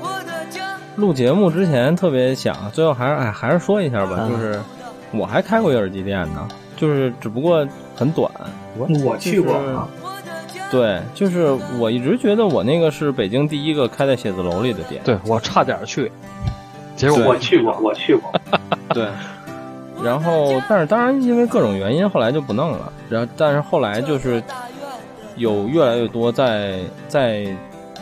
我的家。录节目之前特别想，最后还是哎，还是说一下嗯吧，就是我还开过一耳机店呢，就是只不过很短。我去过就是啊，我的家。对，就是我一直觉得我那个是北京第一个开在写字楼里的店。对我差点去，结果对我去过，我去过。对，然后但是当然因为各种原因，后来就不弄了。然后但是后来就是有越来越多在在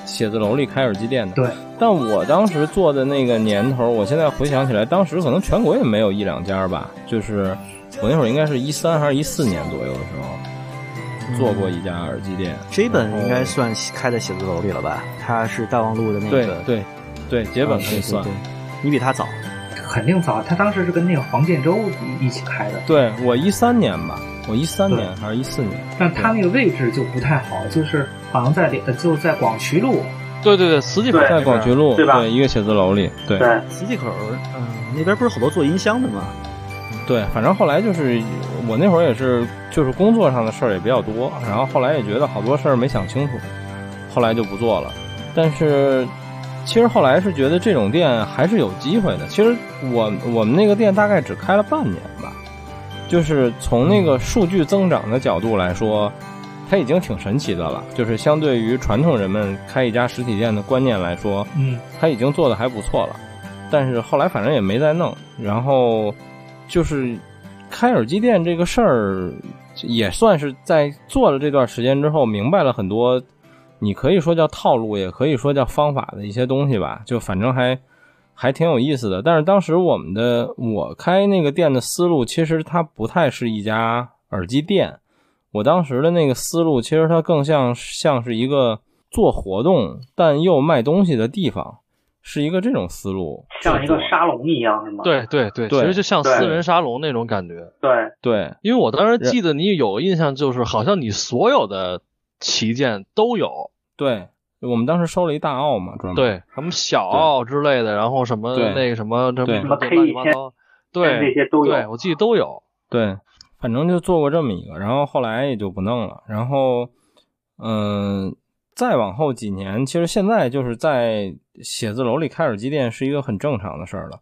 写字楼里开耳机店的。对，但我当时做的那个年头，我现在回想起来，当时可能全国也没有一两家吧。就是我那会儿应该是一三还是一四年左右的时候，做过一家耳机店。 J 本应该算开在写字楼里了吧？他是大望路的那对个，对对，杰啊本可以对对算。对，你比他早。肯定早，他当时是跟那个黄建州一一起开的，对我一三年吧，我一三对年还是一四年？但他那个位置就不太好，就是好像在里呃就在广渠路，对对对，磁器在在广渠路，对吧一个写字楼里，对磁器口，嗯，那边不是好多做音箱的吗？对，反正后来就是我那会儿也是，就是工作上的事儿也比较多，然后后来也觉得好多事儿没想清楚，后来就不做了。但是其实后来是觉得这种店还是有机会的。其实我我们那个店大概只开了半年吧，就是从那个数据增长的角度来说，它已经挺神奇的了。就是相对于传统人们开一家实体店的观念来说，嗯，他已经做的还不错了，但是后来反正也没再弄。然后就是开耳机店这个事儿，也算是在做了这段时间之后，明白了很多，你可以说叫套路，也可以说叫方法的一些东西吧。就反正还还挺有意思的。但是当时我们的我开那个店的思路，其实它不太是一家耳机店。我当时的那个思路，其实它更像像是一个做活动但又卖东西的地方，是一个这种思路。像一个沙龙一样是吗？对对对，对其实就像对私人沙龙那种感觉。对，对，因为我当时记得你有印象，就是好像你所有的旗舰都有，对，我们当时收了一大奥嘛，专门对，什么小奥之类的，然后什么嗯对那个什么什对么乱七八糟，对那些都有对我记得都有。对，反正就做过这么一个，然后后来也就不弄了。然后，嗯、再往后几年，其实现在就是在写字楼里开耳机店是一个很正常的事儿了。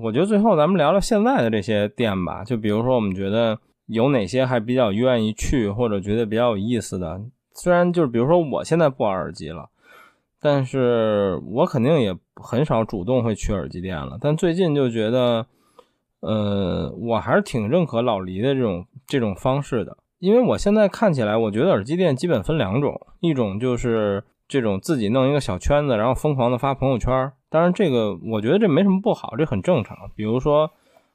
我觉得最后咱们聊聊现在的这些店吧，就比如说我们觉得有哪些还比较愿意去，或者觉得比较有意思的。虽然就是比如说我现在不玩耳机了，但是我肯定也很少主动会去耳机店了。但最近就觉得，呃，我还是挺认可老黎的这种这种方式的，因为我现在看起来，我觉得耳机店基本分两种，一种就是这种自己弄一个小圈子，然后疯狂的发朋友圈。当然，这个我觉得这没什么不好，这很正常。比如说，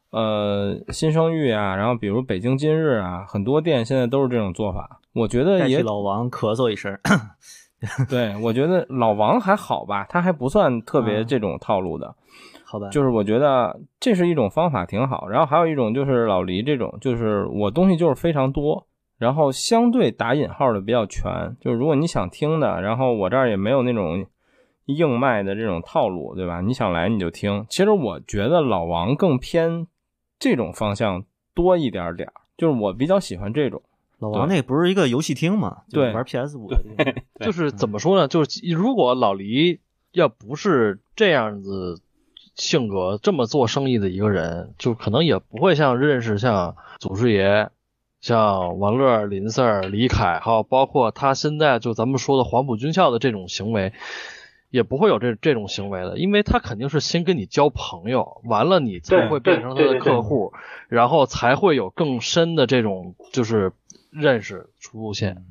呃，新生育啊，然后比如北京今日啊，很多店现在都是这种做法。我觉得也老王咳嗽一声，对我觉得老王还好吧，他还不算特别这种套路的。好吧，就是我觉得这是一种方法挺好。然后还有一种就是老黎这种，就是我东西就是非常多，然后相对打引号的比较全。就是如果你想听的，然后我这儿也没有那种。硬卖的这种套路，对吧？你想来你就听。其实我觉得老王更偏这种方向多一点点儿，就是我比较喜欢这种。老王那不是一个游戏厅嘛？对，玩 PS 五的地 方。就是怎么说呢？就是如果老黎要不是这样子性格，这么做生意的一个人，就可能也不会像认识像祖师爷、像王乐、林 Sir、李凯，还有包括他现在就咱们说的黄埔军校的这种行为。也不会有这这种行为的，因为他肯定是先跟你交朋友，完了你才会变成他的客户，然后才会有更深的这种就是认识出现。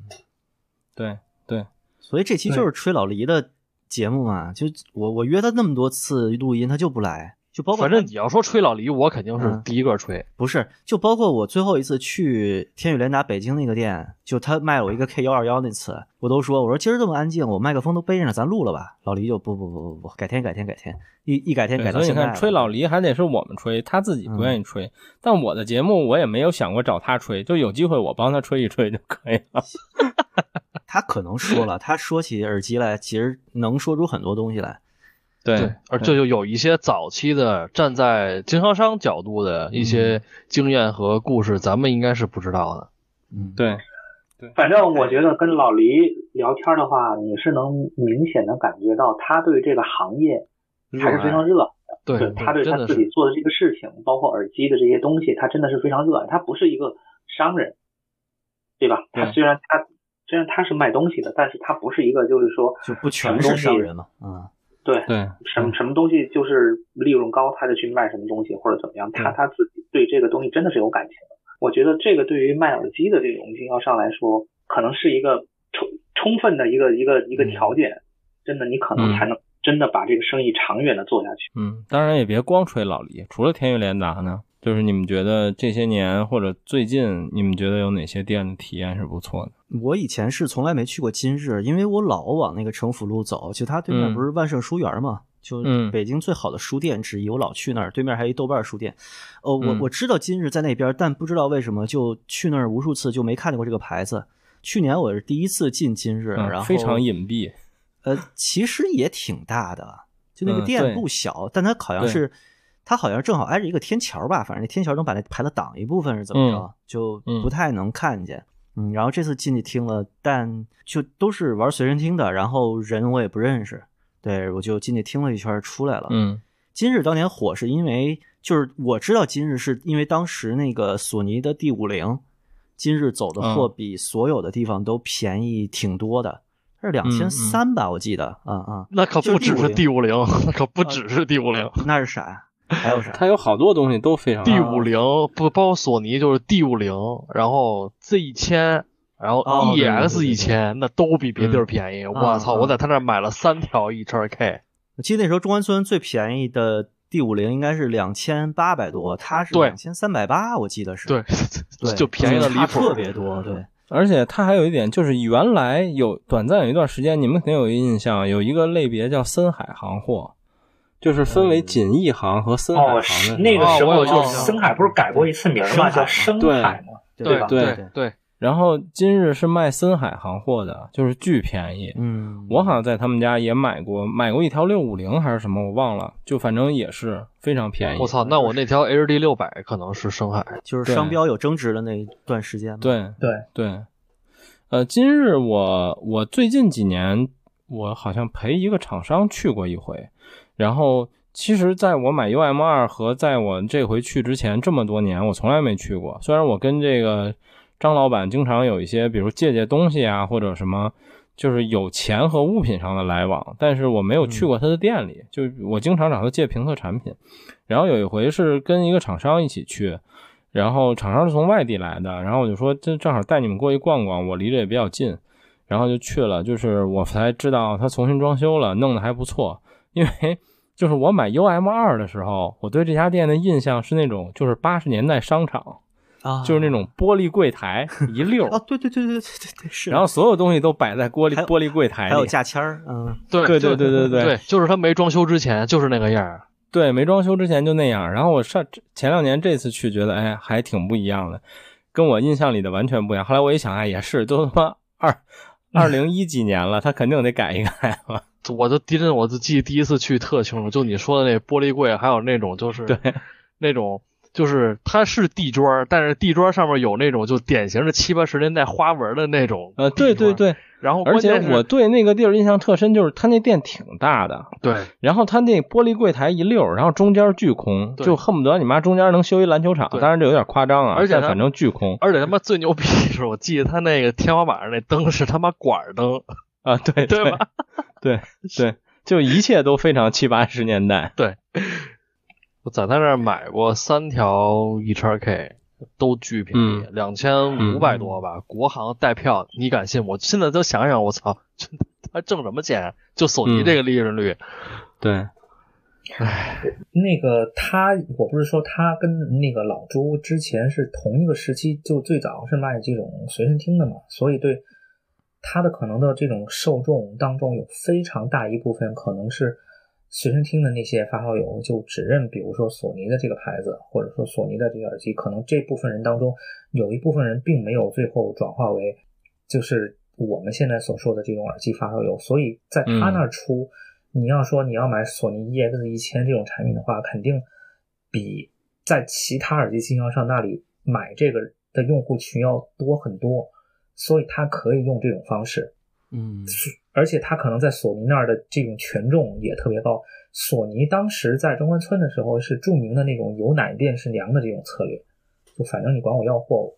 对对，所以这期就是吹老黎的节目嘛，就我我约他那么多次录音，他就不来，就包括反正你要说吹老黎，我肯定是第一个吹、嗯。不是，就包括我最后一次去天宇联达北京那个店，就他卖了我一个 K 幺二幺那次。我都说，我说今儿这么安静，我麦克风都背上，咱录了吧？老黎就不不不不不，改天改天改天，一一改天改到现在。所以你看，吹老黎还得是我们吹，他自己不愿意吹。嗯、但我的节目我也没有想过找他吹，就有机会我帮他吹一吹就可以了。他可能说了，他说起耳机来，其实能说出很多东西来。对，对而这就有一些早期的站在经销商角度的一些经验和故事，嗯、咱们应该是不知道的。嗯，对。反正我觉得跟老黎聊天的话，你是能明显的感觉到他对这个行业还是非常热爱的。对，对他对他自己做的这个事情，包括耳机的这些东西，他真的是非常热爱。他不是一个商人，对吧？他虽然他虽然他是卖东西的，但是他不是一个就是说就不全是商人嘛，嗯，对对，什么什么东西就是利润高，他就去卖什么东西或者怎么样，他他自己对这个东西真的是有感情的。我觉得这个对于卖耳机的这种经销商来说，可能是一个充充分的一个一个一个条件，真的你可能才能真的把这个生意长远的做下去。嗯，当然也别光吹老李，除了天悦联达呢，就是你们觉得这些年或者最近，你们觉得有哪些店的体验是不错的？我以前是从来没去过今日，因为我老往那个城府路走，就它对面不是万盛书园嘛。嗯就北京最好的书店之一，我老去那儿，对面还有一豆瓣书店。哦，我嗯我知道今日在那边，但不知道为什么就去那儿无数次就没看见过这个牌子。去年我是第一次进今日，嗯然后非常隐蔽。啊呃，其实也挺大的，啊就那个嗯店对不小，但它好像对是它好像正好挨着一个天桥吧，反正那天桥能把那牌子挡一部分是怎么着，嗯就嗯不太能看见。嗯，然后这次进去听了，但就都是玩随身听的，然后人我也不认识，对我就进去听了一圈出来了。嗯今日当年火是因为，就是我知道今日是因为当时那个索尼的 D 五零，今日走的货嗯比所有的地方都便宜挺多的，它是两嗯千三吧，我记得，啊啊，那可不只是就是 D D 五零， 那可啊不只是 D 五零那是啥？还有 啥？它有好多东西都非常，D 五零不包括索尼就是 D 五零，然后 Z 一千，然后哦对对对 EX 对一千，那都比别地儿便宜。我操！啊我在他那儿买了三条 E 叉 K，我记得那时候中关村最便宜的 D 五零应该是两千八百多，它是对两千三百八，我记得是，对，对， 就便宜的离差谱，特别多，对，而且它还有一点，就是原来有短暂有一段时间，你们肯定有印象，有一个类别叫深海行货，就是分为锦艺行和深海行嗯哦，的是时候。那个时哦我候有就印是象深海不是改过一次名儿深海嘛，叫深海嘛。对吧？对对，然后今日是卖森海行货的，就是巨便宜。嗯，我好像在他们家也买过，买过一条六五零还是什么，我忘了，就反正也是非常便宜。我操，那我那条 HD 六百可能是深海，就是对商标有争执的那一段时间嘛。，对对对，呃，今日我我最近几年我好像陪一个厂商去过一回，然后其实在我买 UM 二和在我这回去之前这么多年，我从来没去过。虽然我跟这个张老板经常有一些，比如借借东西啊，或者什么。就是有钱和物品上的来往，但是我没有去过他的店里，就我经常找他借评测产品。然后有一回是跟一个厂商一起去，然后厂商是从外地来的，然后我就说这正好带你们过去逛逛，我离这也比较近，然后就去了，就是我才知道他重新装修了，弄得还不错，因为就是我买 UM 二的时候，我对这家店的印象是那种就是八十年代商场，啊，就是那种玻璃柜台一溜儿，啊，对对对对对对对，是。然后所有东西都摆在玻璃还有玻璃柜台还有里，价签儿，嗯， 对对对对对对对对就是他没装修之前就是那个样儿。对，没装修之前就那样。然后我上前两年这次去，觉得哎还挺不一样的，跟我印象里的完全不一样。后来我一想，哎也是，都他妈二二零一几年了，他肯定得改一改 了。我就第一阵我就记得第一次去特清楚，就你说的那玻璃柜，还有那种就是对那种就是它是地砖儿，但是地砖儿上面有那种就典型的七八十年代花纹的那种。呃，对对。对，然后而关且键是我对那个地儿印象特深，就是他那店挺大的，对然后他那玻璃柜台一溜儿，然后中间巨空，对就恨不得你妈中间能修一篮球场，对当然这有点夸张啊，而且但它反正巨空而且他妈最牛逼的是，我记得他那个天花板上那灯是他妈管儿灯，啊，对对吧？对 对，就一切都非常七八十年代。我在他那儿买过三条 E 叉 K，都巨便嗯宜，两千五百多吧，国行带票，你敢信？我现在都想想，我操，这他挣什么钱？啊就索尼嗯这个利润率，对，那个他，我不是说他跟那个老朱之前是同一个时期，就最早是卖这种随身听的嘛，所以对他的可能的这种受众当中有非常大一部分可能是随身听的那些发烧友就只认，比如说索尼的这个牌子，或者说索尼的这个耳机，可能这部分人当中有一部分人并没有最后转化为就是我们现在所说的这种耳机发烧友，所以在他那儿出。你要说你要买索尼 EX 一千这种产品的话，肯定比在其他耳机经销商那里买这个的用户群要多很多，所以他可以用这种方式。嗯，而且它可能在索尼那儿的这种权重也特别高。索尼当时在中关村的时候是著名的那种有奶便是娘的这种策略，就反正你管我要货，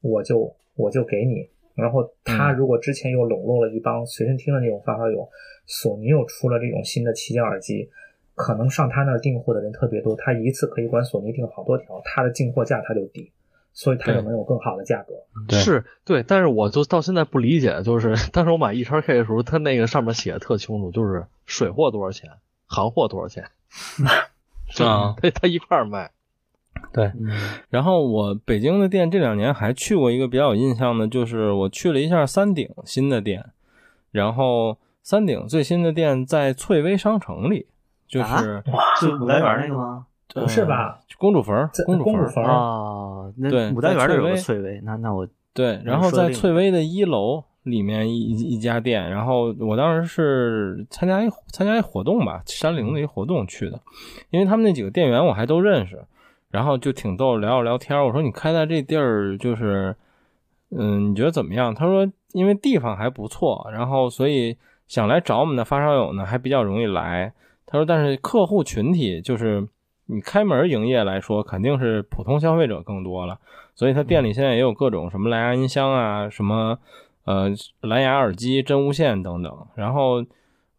我就我就给你。然后嗯他如果之前又笼络了一帮随身听的那种发烧友，索尼又出了这种新的旗舰耳机，可能上他那儿订货的人特别多，他一次可以管索尼订好多条，他的进货价他就低，所以他就对能有更好的价格。对是对，但是我就到现在不理解，就是当时我买 E 叉 K 的时候，他那个上面写的特清楚，就是水货多少钱，行货多少 钱，就啊他他一块儿卖。然后我北京的店这两年还去过一个比较有印象的，就是我去了一下三鼎新的店，然后三鼎最新的店在翠微商城里，就是、啊就是牡丹园那个吗？呃不是吧？公主坟儿在，公主公坟主儿，坟儿啊，那对牡丹园那有在个翠翠微，那那我对，然你后说的在另一翠微的一楼里面一一一家店，然后我当时是参加一参加一活动吧，山林的一活动去的，因为他们那几个店员我还都认识，然后就挺逗，聊了聊天儿。我说你开在这地儿就是，嗯，你觉得怎么样？他说因为地方还不错，然后所以想来找我们的发烧友呢还比较容易来。他说但是客户群体就是你开门营业来说，肯定是普通消费者更多了。所以它店嗯里现在也有各种什么蓝牙音箱啊，什么呃蓝牙耳机、真无线等等。然后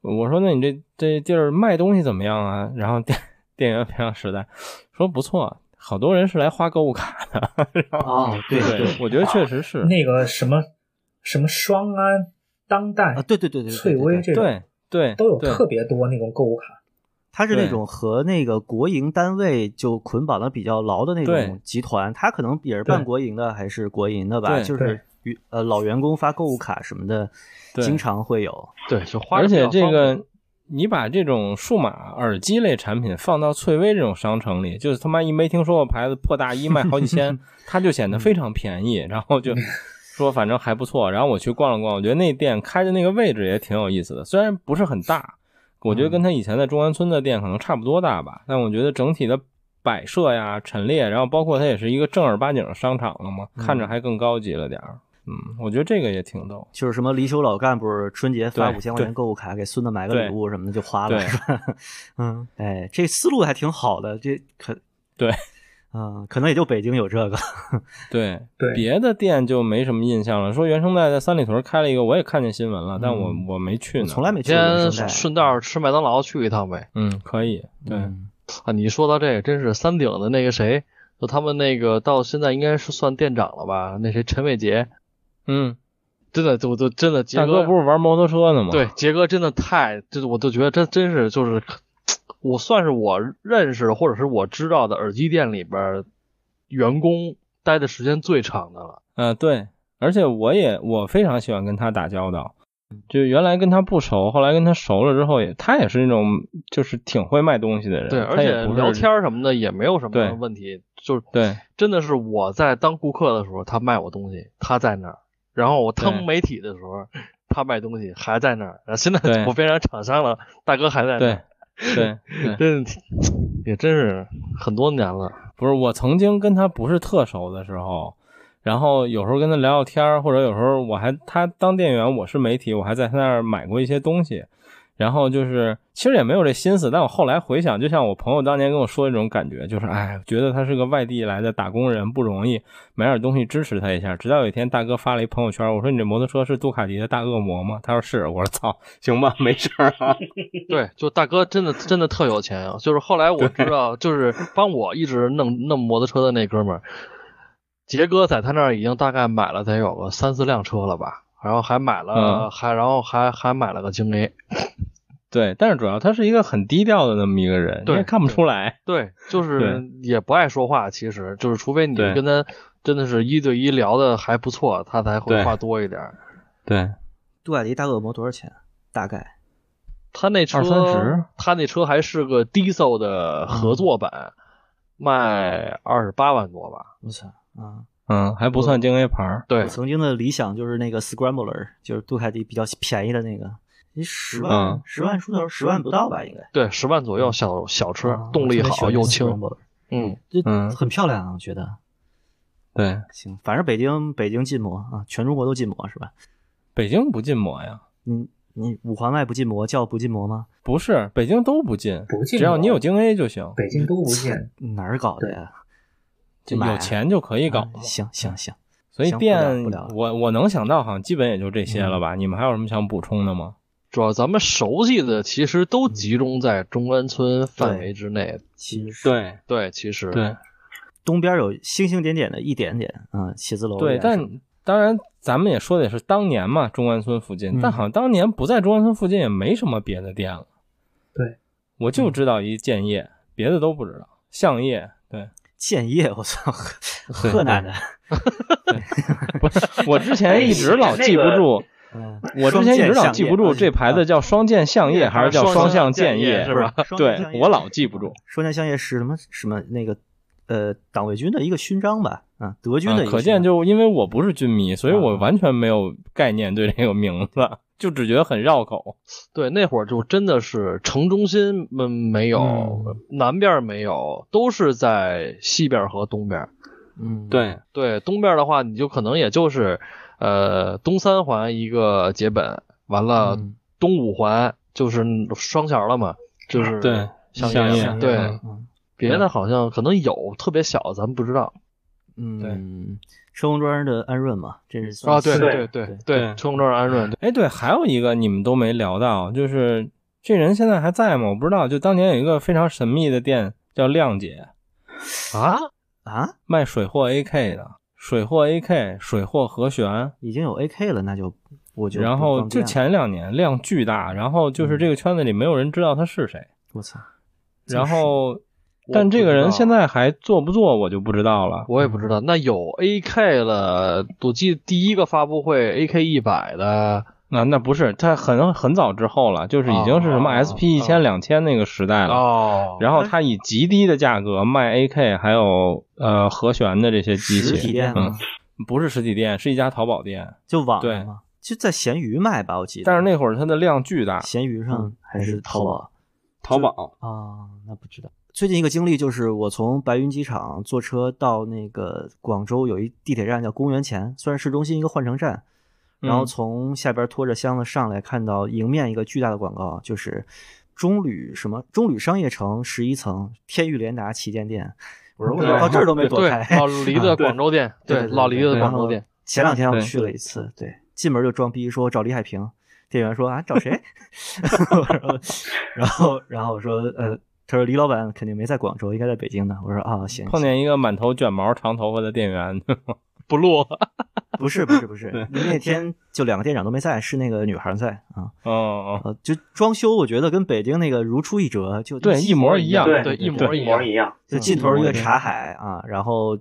我说：“那你这这地儿卖东西怎么样啊？”然后店店员非常实在，说：“不错，好多人是来花购物卡的。啊哦，对”对，我觉得确实是，那个什么什么双安、当代啊，对对对对，对哎翠对对微这种对对，都有对特别多那种购物卡。它是对那种和那个国营单位就捆绑的比较牢的那对种集团，它可能也是半国营的还是国营的吧，对就是与呃老员工发购物卡什么的，对经常会有。对，就花。而且这，个，你把这种数码耳机类产品放到翠微这种商城里，就是他妈一没听说过牌子破大衣卖好几千，它就显得非常便宜。然后就说 说反正还不错。然后我去逛了逛，我觉得那店开的那个位置也挺有意思的，虽然不是很大，我觉得跟他以前在中关村的店可能差不多大吧，但我觉得整体的摆设呀、陈列，然后包括它也是一个正儿八经的商场了嘛，看着还更高级了点儿。嗯，我觉得这个也挺逗。就是什么离休老干部春节发对五千块钱购物卡给孙子买个礼物什么的就花了，对是吧？嗯，哎，这思路还挺好的，这可对，嗯，可能也就北京有这个，对对别的店就没什么印象了。说原生代在三里屯开了一个，我也看见新闻了，但我嗯我没去我呢。从来没去过原先生嗯代。顺道吃麦当劳去一趟呗。嗯，可以。对，嗯啊，你说到这个，真是三鼎的那个谁，就他们那个到现在应该是算店长了吧？那谁陈伟杰，嗯，真的，我就真的杰大哥哥不是玩摩托车呢吗？对，杰哥真的太，就是我就觉得真真是就是，我算是我认识的或者是我知道的耳机店里边儿员工待的时间最长的了。呃，对，而且我也我非常喜欢跟他打交道，就原来跟他不熟，后来跟他熟了之后也，他也是那种就是挺会卖东西的人，对，而他且也不是聊天儿什么的也没有什对么问题，就是对真的是我在当顾客的时候，他卖我东西，他在那儿；然后我对当媒体的时候，他卖东西还在那儿。然后现对在我变成厂商了，大哥还在那对儿。对对，真是也真是很多年了。不是我曾经跟他不是特熟的时候，然后有时候跟他聊聊天儿，或者有时候我还他当店员，我是媒体，我还在他那儿买过一些东西。然后就是，其实也没有这心思，但我后来回想，就像我朋友当年跟我说的那种感觉，就是，哎，觉得他是个外地来的打工人不容易，买点东西支持他一下。直到有一天，大哥发了一朋友圈，我说你这摩托车是杜卡迪的大恶魔吗？他说是，我说操，行吧，没事儿啊。对，就大哥真的真的特有钱啊！就是后来我知道，就是帮我一直弄弄摩托车的那哥们儿，杰哥在他那儿已经大概买了得有个三四辆车了吧，然后还买了、嗯还然后还还买了个京 A。 对，但是主要他是一个很低调的那么一个人，你对也看不出来。对，就是对也不爱说话，其实就是除非你对跟他真的是一对一聊的还不错，他才对会话多一点儿。对，杜凯迪大恶魔多少钱？大概他那车二三十，他那车还是个 Diesel 嗯的合作版，卖二十八万多吧？我操啊！嗯，还不算京 A 牌儿。对我，曾经的理想就是那个 Scrambler，就是杜凯迪比较便宜的那个，一十万嗯，十万出头，十万不到吧，应该。对，十万左右小小车，啊动力我特别喜好欢又那轻。 Scrambler，嗯，这嗯很漂亮啊，我觉得。对，行，反正北京北京禁摩啊，全中国都禁摩是吧？北京不禁摩呀？你你五环外不禁摩叫不禁摩吗？不是，北京都不禁，不禁摩只要你有京 A 就行，北京都不见， 哪儿搞的呀？就买啊有钱就可以搞嘛啊行行行，所以行不聊店不聊，了我我能想到，好像基本也就这些了吧？你们还有什么想补充的吗？主要咱们熟悉的其实都嗯集中在中关村范围之内。其实对对，其实对嗯东边有星星点点的一点点，嗯，写字楼对，呀什么但当然，咱们也说的也是当年嘛，中关村附近，嗯但好像当年不在中关村附近也没什么别的店了。对，我就知道一建业，别的都不知道。相业，对， 建业，我操，对河南的，不是，我之前一直老记不住。嗯，我之前一直老记不啊住这牌子叫双剑相业还是叫双向建业，是吧？双剑对相，业我老记不住。双江相业是什么什么那个呃党卫军的一个勋章吧？啊，德军的一个勋章、嗯可见就因为我不是军迷，所以我啊完全没有概念对这个名字，就只觉得很绕口。对，那会儿就真的是城中心嗯没有，嗯南边没有，都是在西边和东边。嗯，对，对，东边的话，你就可能也就是呃东三环一个节本，完呃了嗯东五环就是双桥了嘛，就是对相相应应的对对。嗯别的好像可能有特别小的，咱们不知道嗯，车公庄的安润嘛，这是算啊。对是对对对对对，冲撞安润，对哎，对，还有一个你们都没聊到，就是这人现在还在吗？我不知道。就当年有一个非常神秘的店叫亮姐，啊，啊，卖水货 AK 的，水货 AK，水货和弦。已经有 AK 了，那就我就然不后方就便了前两年量巨大，然后嗯就是这个圈子里没有人知道他是谁。 我操，然后，我但不这个知人道啊现在还做不做，我就不知道了。我也不知道。那有 AK 了，我记得第一个发布会 AK 一百的，啊那那不是他很很早之后了，就是已经是什么哦哦 SP 一千、两千那个时代了。哦然后他以极低的价格卖 AK，还有呃和弦的这些机实体器，店啊嗯吗，不是实体店，是一家淘宝店，就网对上嘛，就在闲鱼卖吧，我记得。但是那会儿它的量巨大，闲鱼上嗯还是淘宝淘宝啊？那不知道。最近一个经历就是，我从白云机场坐车到那个广州有一地铁站叫公园前，算是市中心一个换乘站。然后嗯从下边拖着箱子上来，看到迎面一个巨大的广告，就是中旅什么中旅商业城十一层天域联达旗舰店。我说我对到哦这儿都没躲对开， 老黎的广州店，啊对老黎的广州店，。前两天我对去了一次，对，进门就装逼说我找李海平，店员说啊找谁？ 我说然后然后我说呃，他说李老板肯定没在广州，应该在北京呢。我说啊行，碰见一个满头卷毛、长头发的店员， 不录。不是不是不是，那天就两个店长都没在，是那个女孩在啊，嗯，呃就装修我觉得跟北京那个如出一辙，就对一模一样对对一模一模一样。就尽头一个茶海啊，然后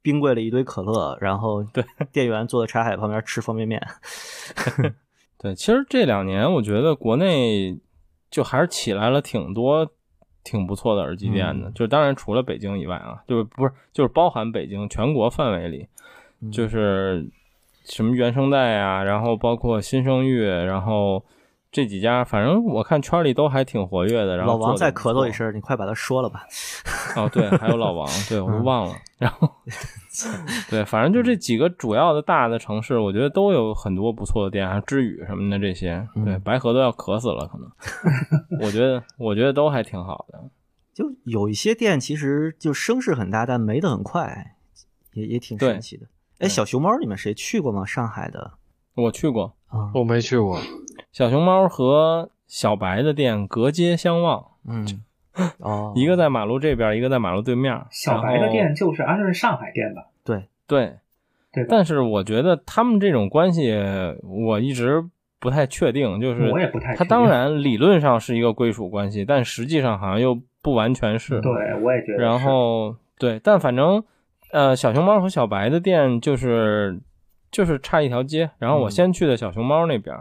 冰柜里一堆可乐，然后对店员坐在茶海旁边吃方便面，对，其实这两年我觉得国内就还是起来了挺多挺不错的耳机店的，嗯就当然除了北京以外啊，就是不是就是包含北京全国范围里，嗯就是什么原声带啊，然后包括新声乐，然后这几家，反正我看圈里都还挺活跃的。然后老王做得再不错咳嗽一声，你快把它说了吧。哦，对，还有老王，对我都嗯忘了。然后对，反正就这几个主要的大的城市，我觉得都有很多不错的店，还有知语什么的这些。对，嗯白河都要渴死了，可能。我觉得，我觉得都还挺好的。就有一些店其实就声势很大，但没得很快，也也挺神奇的。哎，对小熊猫，你们谁去过吗？上海的我去过啊，我没去过，小熊猫和小白的店，隔街相望，嗯，哦，一个在马路这边，一个在马路对面。小白的然后店就是按是上海店吧？对，对，对吧但是我觉得他们这种关系，我一直不太确定，就是我也不太他确定当然理论上是一个归属关系，但实际上好像又不完全是。对，我也觉得是。然后对，但反正呃，小熊猫和小白的店就是就是差一条街。然后我嗯先去的小熊猫那边，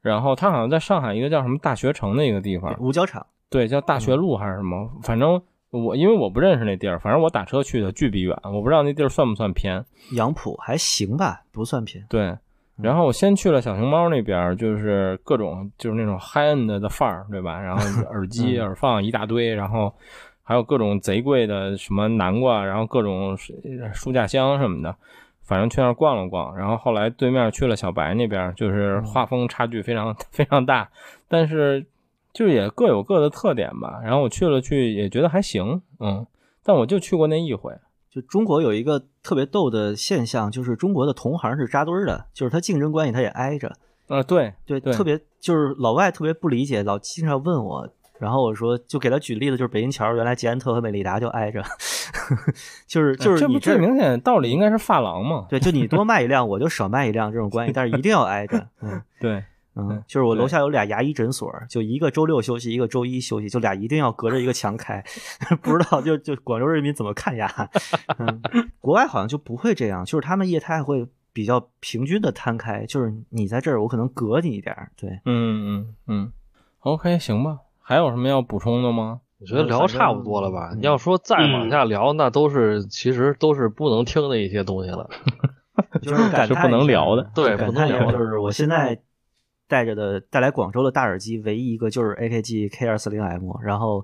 然后他好像在上海一个叫什么大学城的一个地方，五角场，对，叫大嗯学路还是什么，反正。我因为我不认识那地儿，反正我打车去的，巨比远，我不知道那地儿算不算偏。杨浦还行吧，不算偏。对，然后我先去了小熊猫那边儿，就是各种就是那种 high end 的范儿，对吧？然 后耳机、耳放一大堆，然后还有各种贼贵的什么南瓜，然后各种书书架箱什么的，反正去那儿逛了逛。然后后来对面去了小白那边儿，就是画风差距非常非常大，但是就是也各有各的特点吧。然后我去了去也觉得还行，嗯，但我就去过那一回。就中国有一个特别逗的现象，就是中国的同行是扎堆儿的，就是他竞争关系他也挨着。啊、对对，对特别就是老外特别不理解，老经常问我，然后我说就给他举例子，就是北京桥原来捷安特和美利达就挨着， 就是就是哎这你不最儿明显的道理应该是发廊嘛？对，就你多卖一辆，我就少卖一辆这种关系，但是一定要挨 着。嗯对。嗯嗯，就是我楼对下有俩牙医诊所，就一个周六休息，一个周一休息，就俩一定要隔着一个墙开， 不知道就就广州人民怎么看牙。嗯，国外好像就不会这样，就是他们业态会比较平均的摊开，就是你在这儿，我可能隔你一点儿，对。嗯嗯嗯，OK，行吧。还有什么要补充的吗？我觉得聊差不多了吧？你要说再往下聊，那都是其实都是不能听的一些东西了。就是感是叹不能一下聊的对感不叹能一下聊的就是我现在带着的带来广州的大耳机，唯一一个就是 AKG K 二四零 M，然后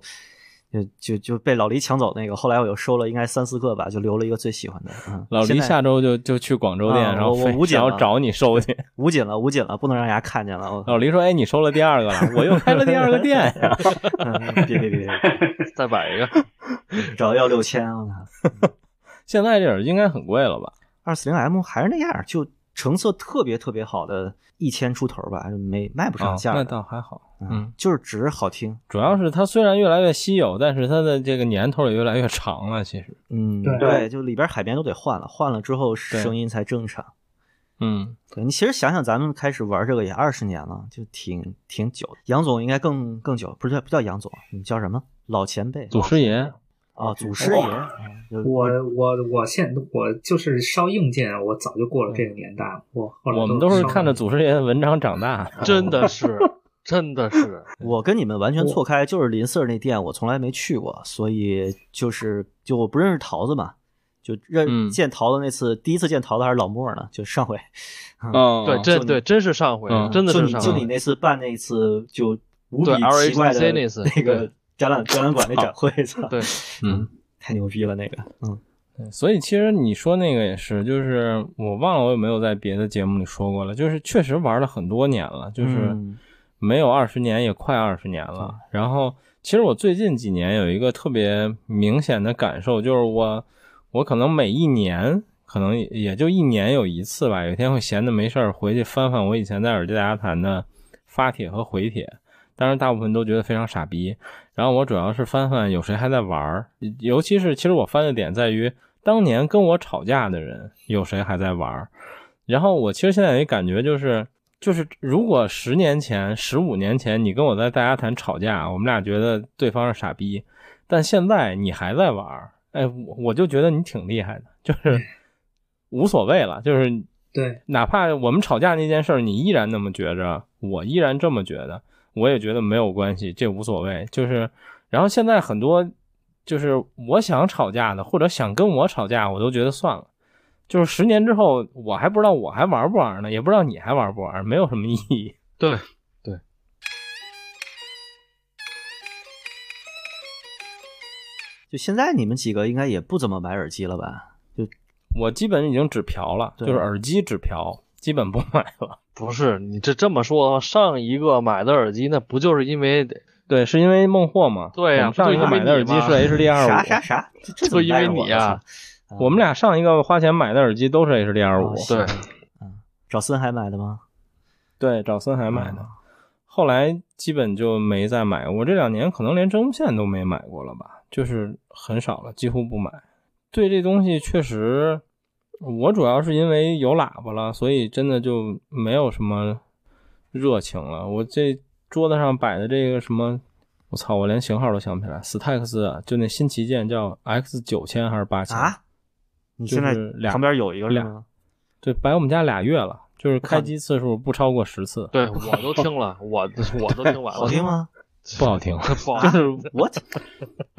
就就就被老黎抢走那个，后来我又收了应该三四个吧，就留了一个最喜欢的。嗯、老现黎在下周就就去广州店，啊然后我我非捂紧想了要找你收去。 捂紧了，捂紧了，不能让人家看见了。 我老黎说：“哎，你收了第二个 了，我又开了第二个店呀。嗯别别别，再摆一个，别找要六千啊！现在这耳机应该很贵了吧？二四零 M 还是那样，就成色特别特别好的，一千出头吧，就没卖不上啊，价的、那倒还好。嗯，就是只是好听。主要是它虽然越来越稀有，但是它的这个年头也越来越长了。其实，嗯，对对，就里边海绵都得换了，换了之后声音才正常。嗯，对你其实想想，咱们开始玩这个也二十年了，就挺挺久的。杨总应该更更久，不是不叫杨总，你叫什么？老前辈祖师爷，啊，祖师爷。嗯就我我我现我就是烧硬件，我早就过了这个年代了。我后来我们都是烧看着祖师爷的文章长大。 真的是，真的是，我跟你们完全错开，就是林四儿那店我从来没去过，所以就是就我不认识桃子嘛，就认、嗯见桃子那次，第一次见桃子还是老莫呢，就上回，嗯，对，就这你对真是上回嗯，真啊的就是你上就你回。那次办那次就无比对奇怪的 RHC 那次那个对 展览展览馆那展 会，操，对，嗯，太牛逼了那个，嗯，所以其实你说那个也是，就是我忘了我有没有在别的节目里说过了，就是确实玩了很多年了，就是嗯没有二十年也快二十年了。然后其实我最近几年有一个特别明显的感受，就是我我可能每一年可能也就一年有一次吧，有一天会闲的没事儿回去翻翻我以前在耳机大家谈的发帖和回帖，当然大部分都觉得非常傻逼。然后我主要是翻翻有谁还在玩儿，尤其是其实我翻的点在于当年跟我吵架的人有谁还在玩儿。然后我其实现在有一感觉就是，就是如果十年前、十五年前你跟我在大家谈吵架，我们俩觉得对方是傻逼，但现在你还在玩儿，哎，我我就觉得你挺厉害的，就是无所谓了，就是对，哪怕我们吵架那件事儿，你依然那么觉着，我依然这么觉得，我也觉得没有关系，这无所谓。就是，然后现在很多就是我想吵架的，或者想跟我吵架，我都觉得算了。就是十年之后，我还不知道我还玩不玩呢，也不知道你还玩不玩，没有什么意义。对，就现在你们几个应该也不怎么买耳机了吧？我基本已经只嫖了，对就是耳机只嫖，基本不买了。不是你这这么说的话，上一个买的耳机那不就是因为对，是因为孟获嘛？对呀我们上一个不就买因为的耳机你吗是 HD 二五，啥啥啥？这这怎就么因带为着我你啊呀了？操我们俩上一个花钱买的耳机都是 HD 二五哦，行对找森海买的吗？对，找森海买的。嗯后来基本就没再买。我这两年可能连针无线都没买过了吧，就是很少了，几乎不买。对这东西确实，我主要是因为有喇叭了，所以真的就没有什么热情了。我这桌子上摆的这个什么，我操，我连型号都想不起来，Stax 啊就那新旗舰叫 X 九千还是八千啊？你就现在是俩旁边有一个是俩吗？对，摆我们家俩月了，就是开机次数不超过十次。对，我都听了，我我都听完了，好听？吗？不好听 不好就听。是 What？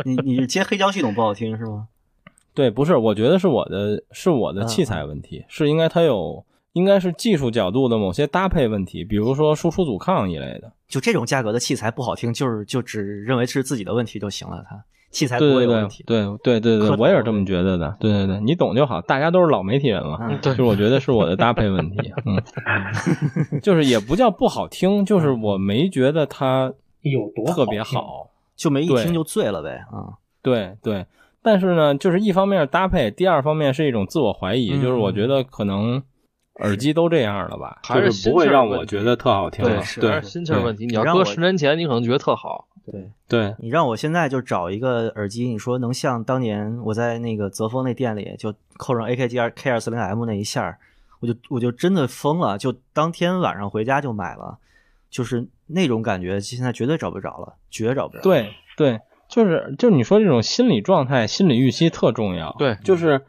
你 你是接黑胶系统不好听是吗？对，不是，我觉得是我的是我嗯的器材问题，是应该它有应该是技术角度的某些搭配问题，比如说输出阻抗一类的。就这种价格的器材不好听，就是就只认为是自己的问题就行了。它器材不对会对有对问题。对对对磕对，头我也是这么觉得的。对对对，你懂就好，大家都是老媒体人了。嗯，就是我觉得是我的搭配问 题，嗯，就是也不叫不好听，就是嗯我没觉得它有多特别好听好，就没一对听就醉了呗。啊，对对，但是呢，就是一方面是搭配，第二方面是一种自我怀疑，就是我觉得可能耳机都这样了吧，嗯还是就是不会心气儿让问我题觉得特好听对了是对还是心气儿问题。你要让搁我十年前，你可能觉得特好。对对，你让我现在就找一个耳机，你说能像当年我在那个泽峰那店里就扣上 AKG 二 K 二四零 M 那一下儿，我就我就真的疯了，就当天晚上回家就买了，就是那种感觉，现在绝对找不着了，绝找不着。，对对，就是就你说这种心理状态、心理预期特重要。对就是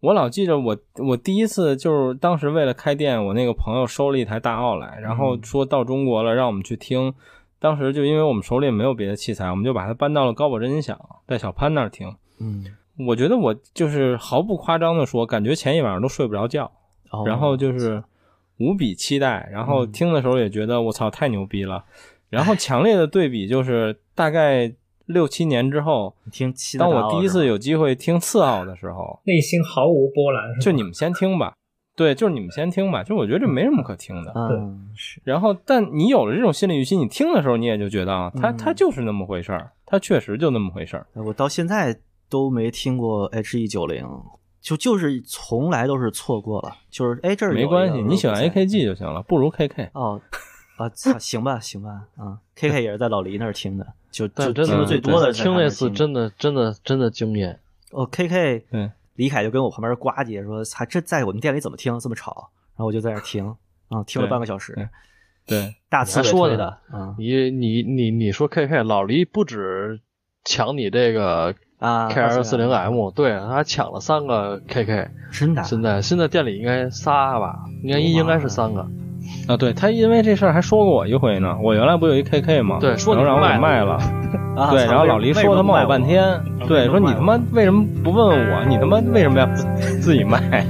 我老记着我我第一次就是当时为了开店，我那个朋友收了一台大奥来，然嗯后说到中国了，让我们去听。当时就因为我们手里也没有别的器材，我们就把它搬到了高保真音响，在小潘那儿听。嗯，我觉得我就是毫不夸张的说，感觉前一晚上都睡不着觉，哦嗯然后就是无比期待，然后听的时候也觉得我操太牛逼了，然后强烈的对比就是大概六七年之后，你听七大当奥是吗，我第一次有机会听次奥的时候，内心毫无波澜。是吧就你们先听吧，对，就是你们先听吧，就我觉得这没什么可听的，嗯是然后，但你有了这种心理预期，你听的时候你也就觉得啊，它嗯它就是那么回事儿，它确实就那么回事儿。哎我到现在都没听过 H E 九零，就就是从来都是错过了，就是哎这儿有一没个关系，你喜欢我不在 AKG 就行了，不如 KK。哦啊操行吧行吧啊，K K 也是在老黎那儿听的，就就但真听的的最多的是在听他那那儿次的真的真的真的惊艳。哦 K K 对李凯就跟我旁边呱唧说他这在我们店里怎么听这么吵，然后我就在那儿听啊听了对半个小对时，对，大刺还说猬呢的啊你你你你说 KK 老黎不止抢你这个啊 K L 四零啊 M，对他还抢了三个 KK，真的啊现在现在店里应该仨吧，应该应该是三个。啊，对他因为这事儿还说过我一回呢。我原来不有一 KK 吗？对说你然后让我卖了给卖了，啊对，操然后为老黎为什说么他妈卖啊我半天，对，为什么说你卖他妈为什么不问我？你他妈为什么要自 自己卖？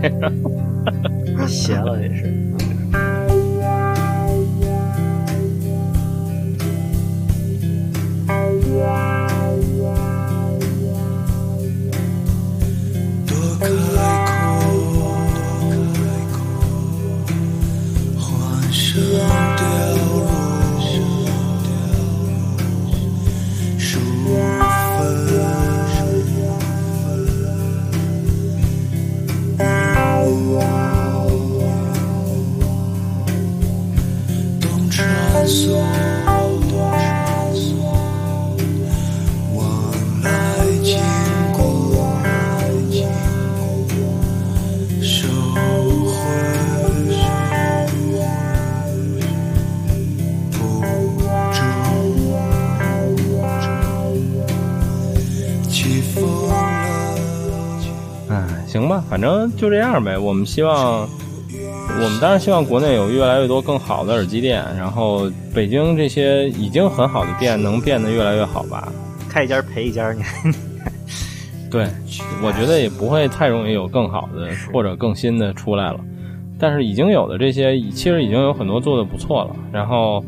我，啊邪了这是。躲开空，欢声掉落，数分。东穿梭，东穿梭，往来经过。收回，不住，起风了。哎，行吧，反正就这样呗。我们希望，我们当然希望国内有越来越多更好的耳机店，然后北京这些已经很好的店能变得越来越好吧。开一家赔一家，你对，我觉得也不会太容易有更好的或者更新的出来了。但是已经有的这些，其实已经有很多做的不错了。然后，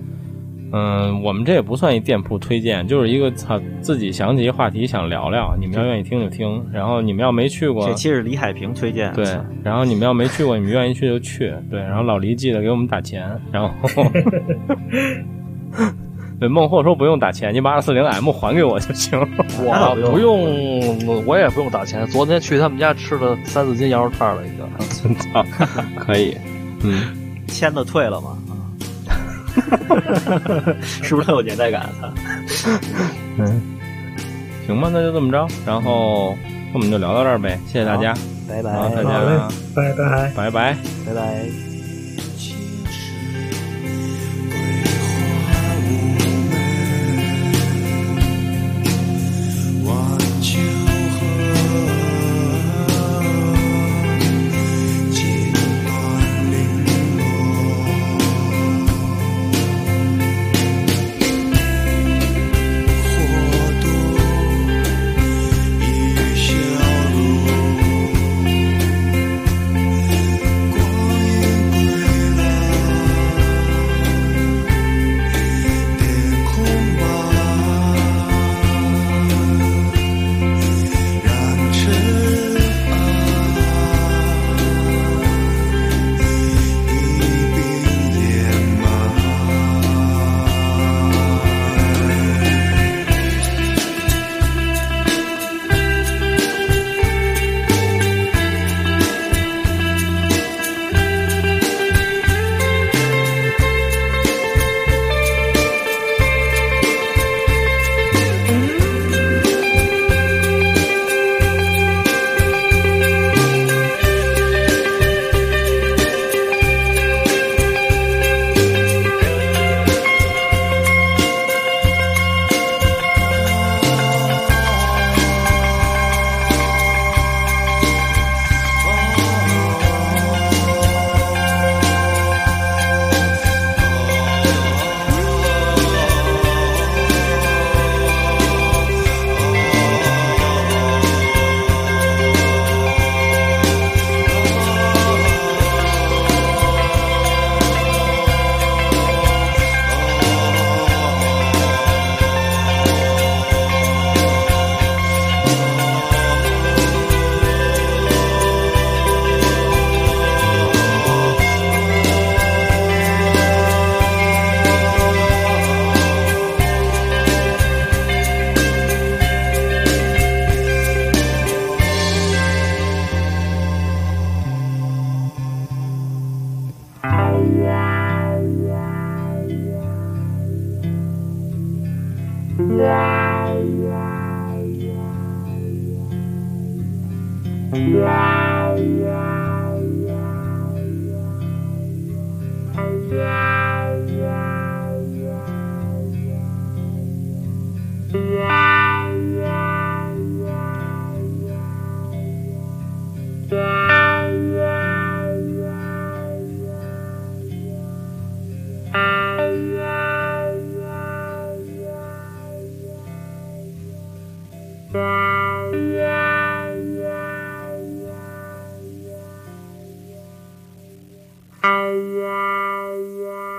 嗯，我们这也不算一店铺推荐，就是一个他自己想起一话题想聊聊，你们要愿意听就听。然后你们要没去过这，期是李海平推荐，对，然后你们要没去过，你们愿意去就去。对，然后老黎记得给我们打钱，然后。对，孟获说不用打钱，你把二四零 M 还给我就行 了。我不用，我也不用打钱。昨天去他们家吃了三四斤羊肉串了，已经。操，可以，嗯。签的退了吗？啊 是不是很有年代感？啊啊操行吧，那就这么着，然后那我们就聊到这儿呗，谢谢大家，拜拜，好，大好嘞家拜拜。拜拜。拜拜。其实桂花无门，晚秋荷，金盘绫落，花多已消落。光阴归来，天空白，染尘埃，一鬓掩埋。哇哇。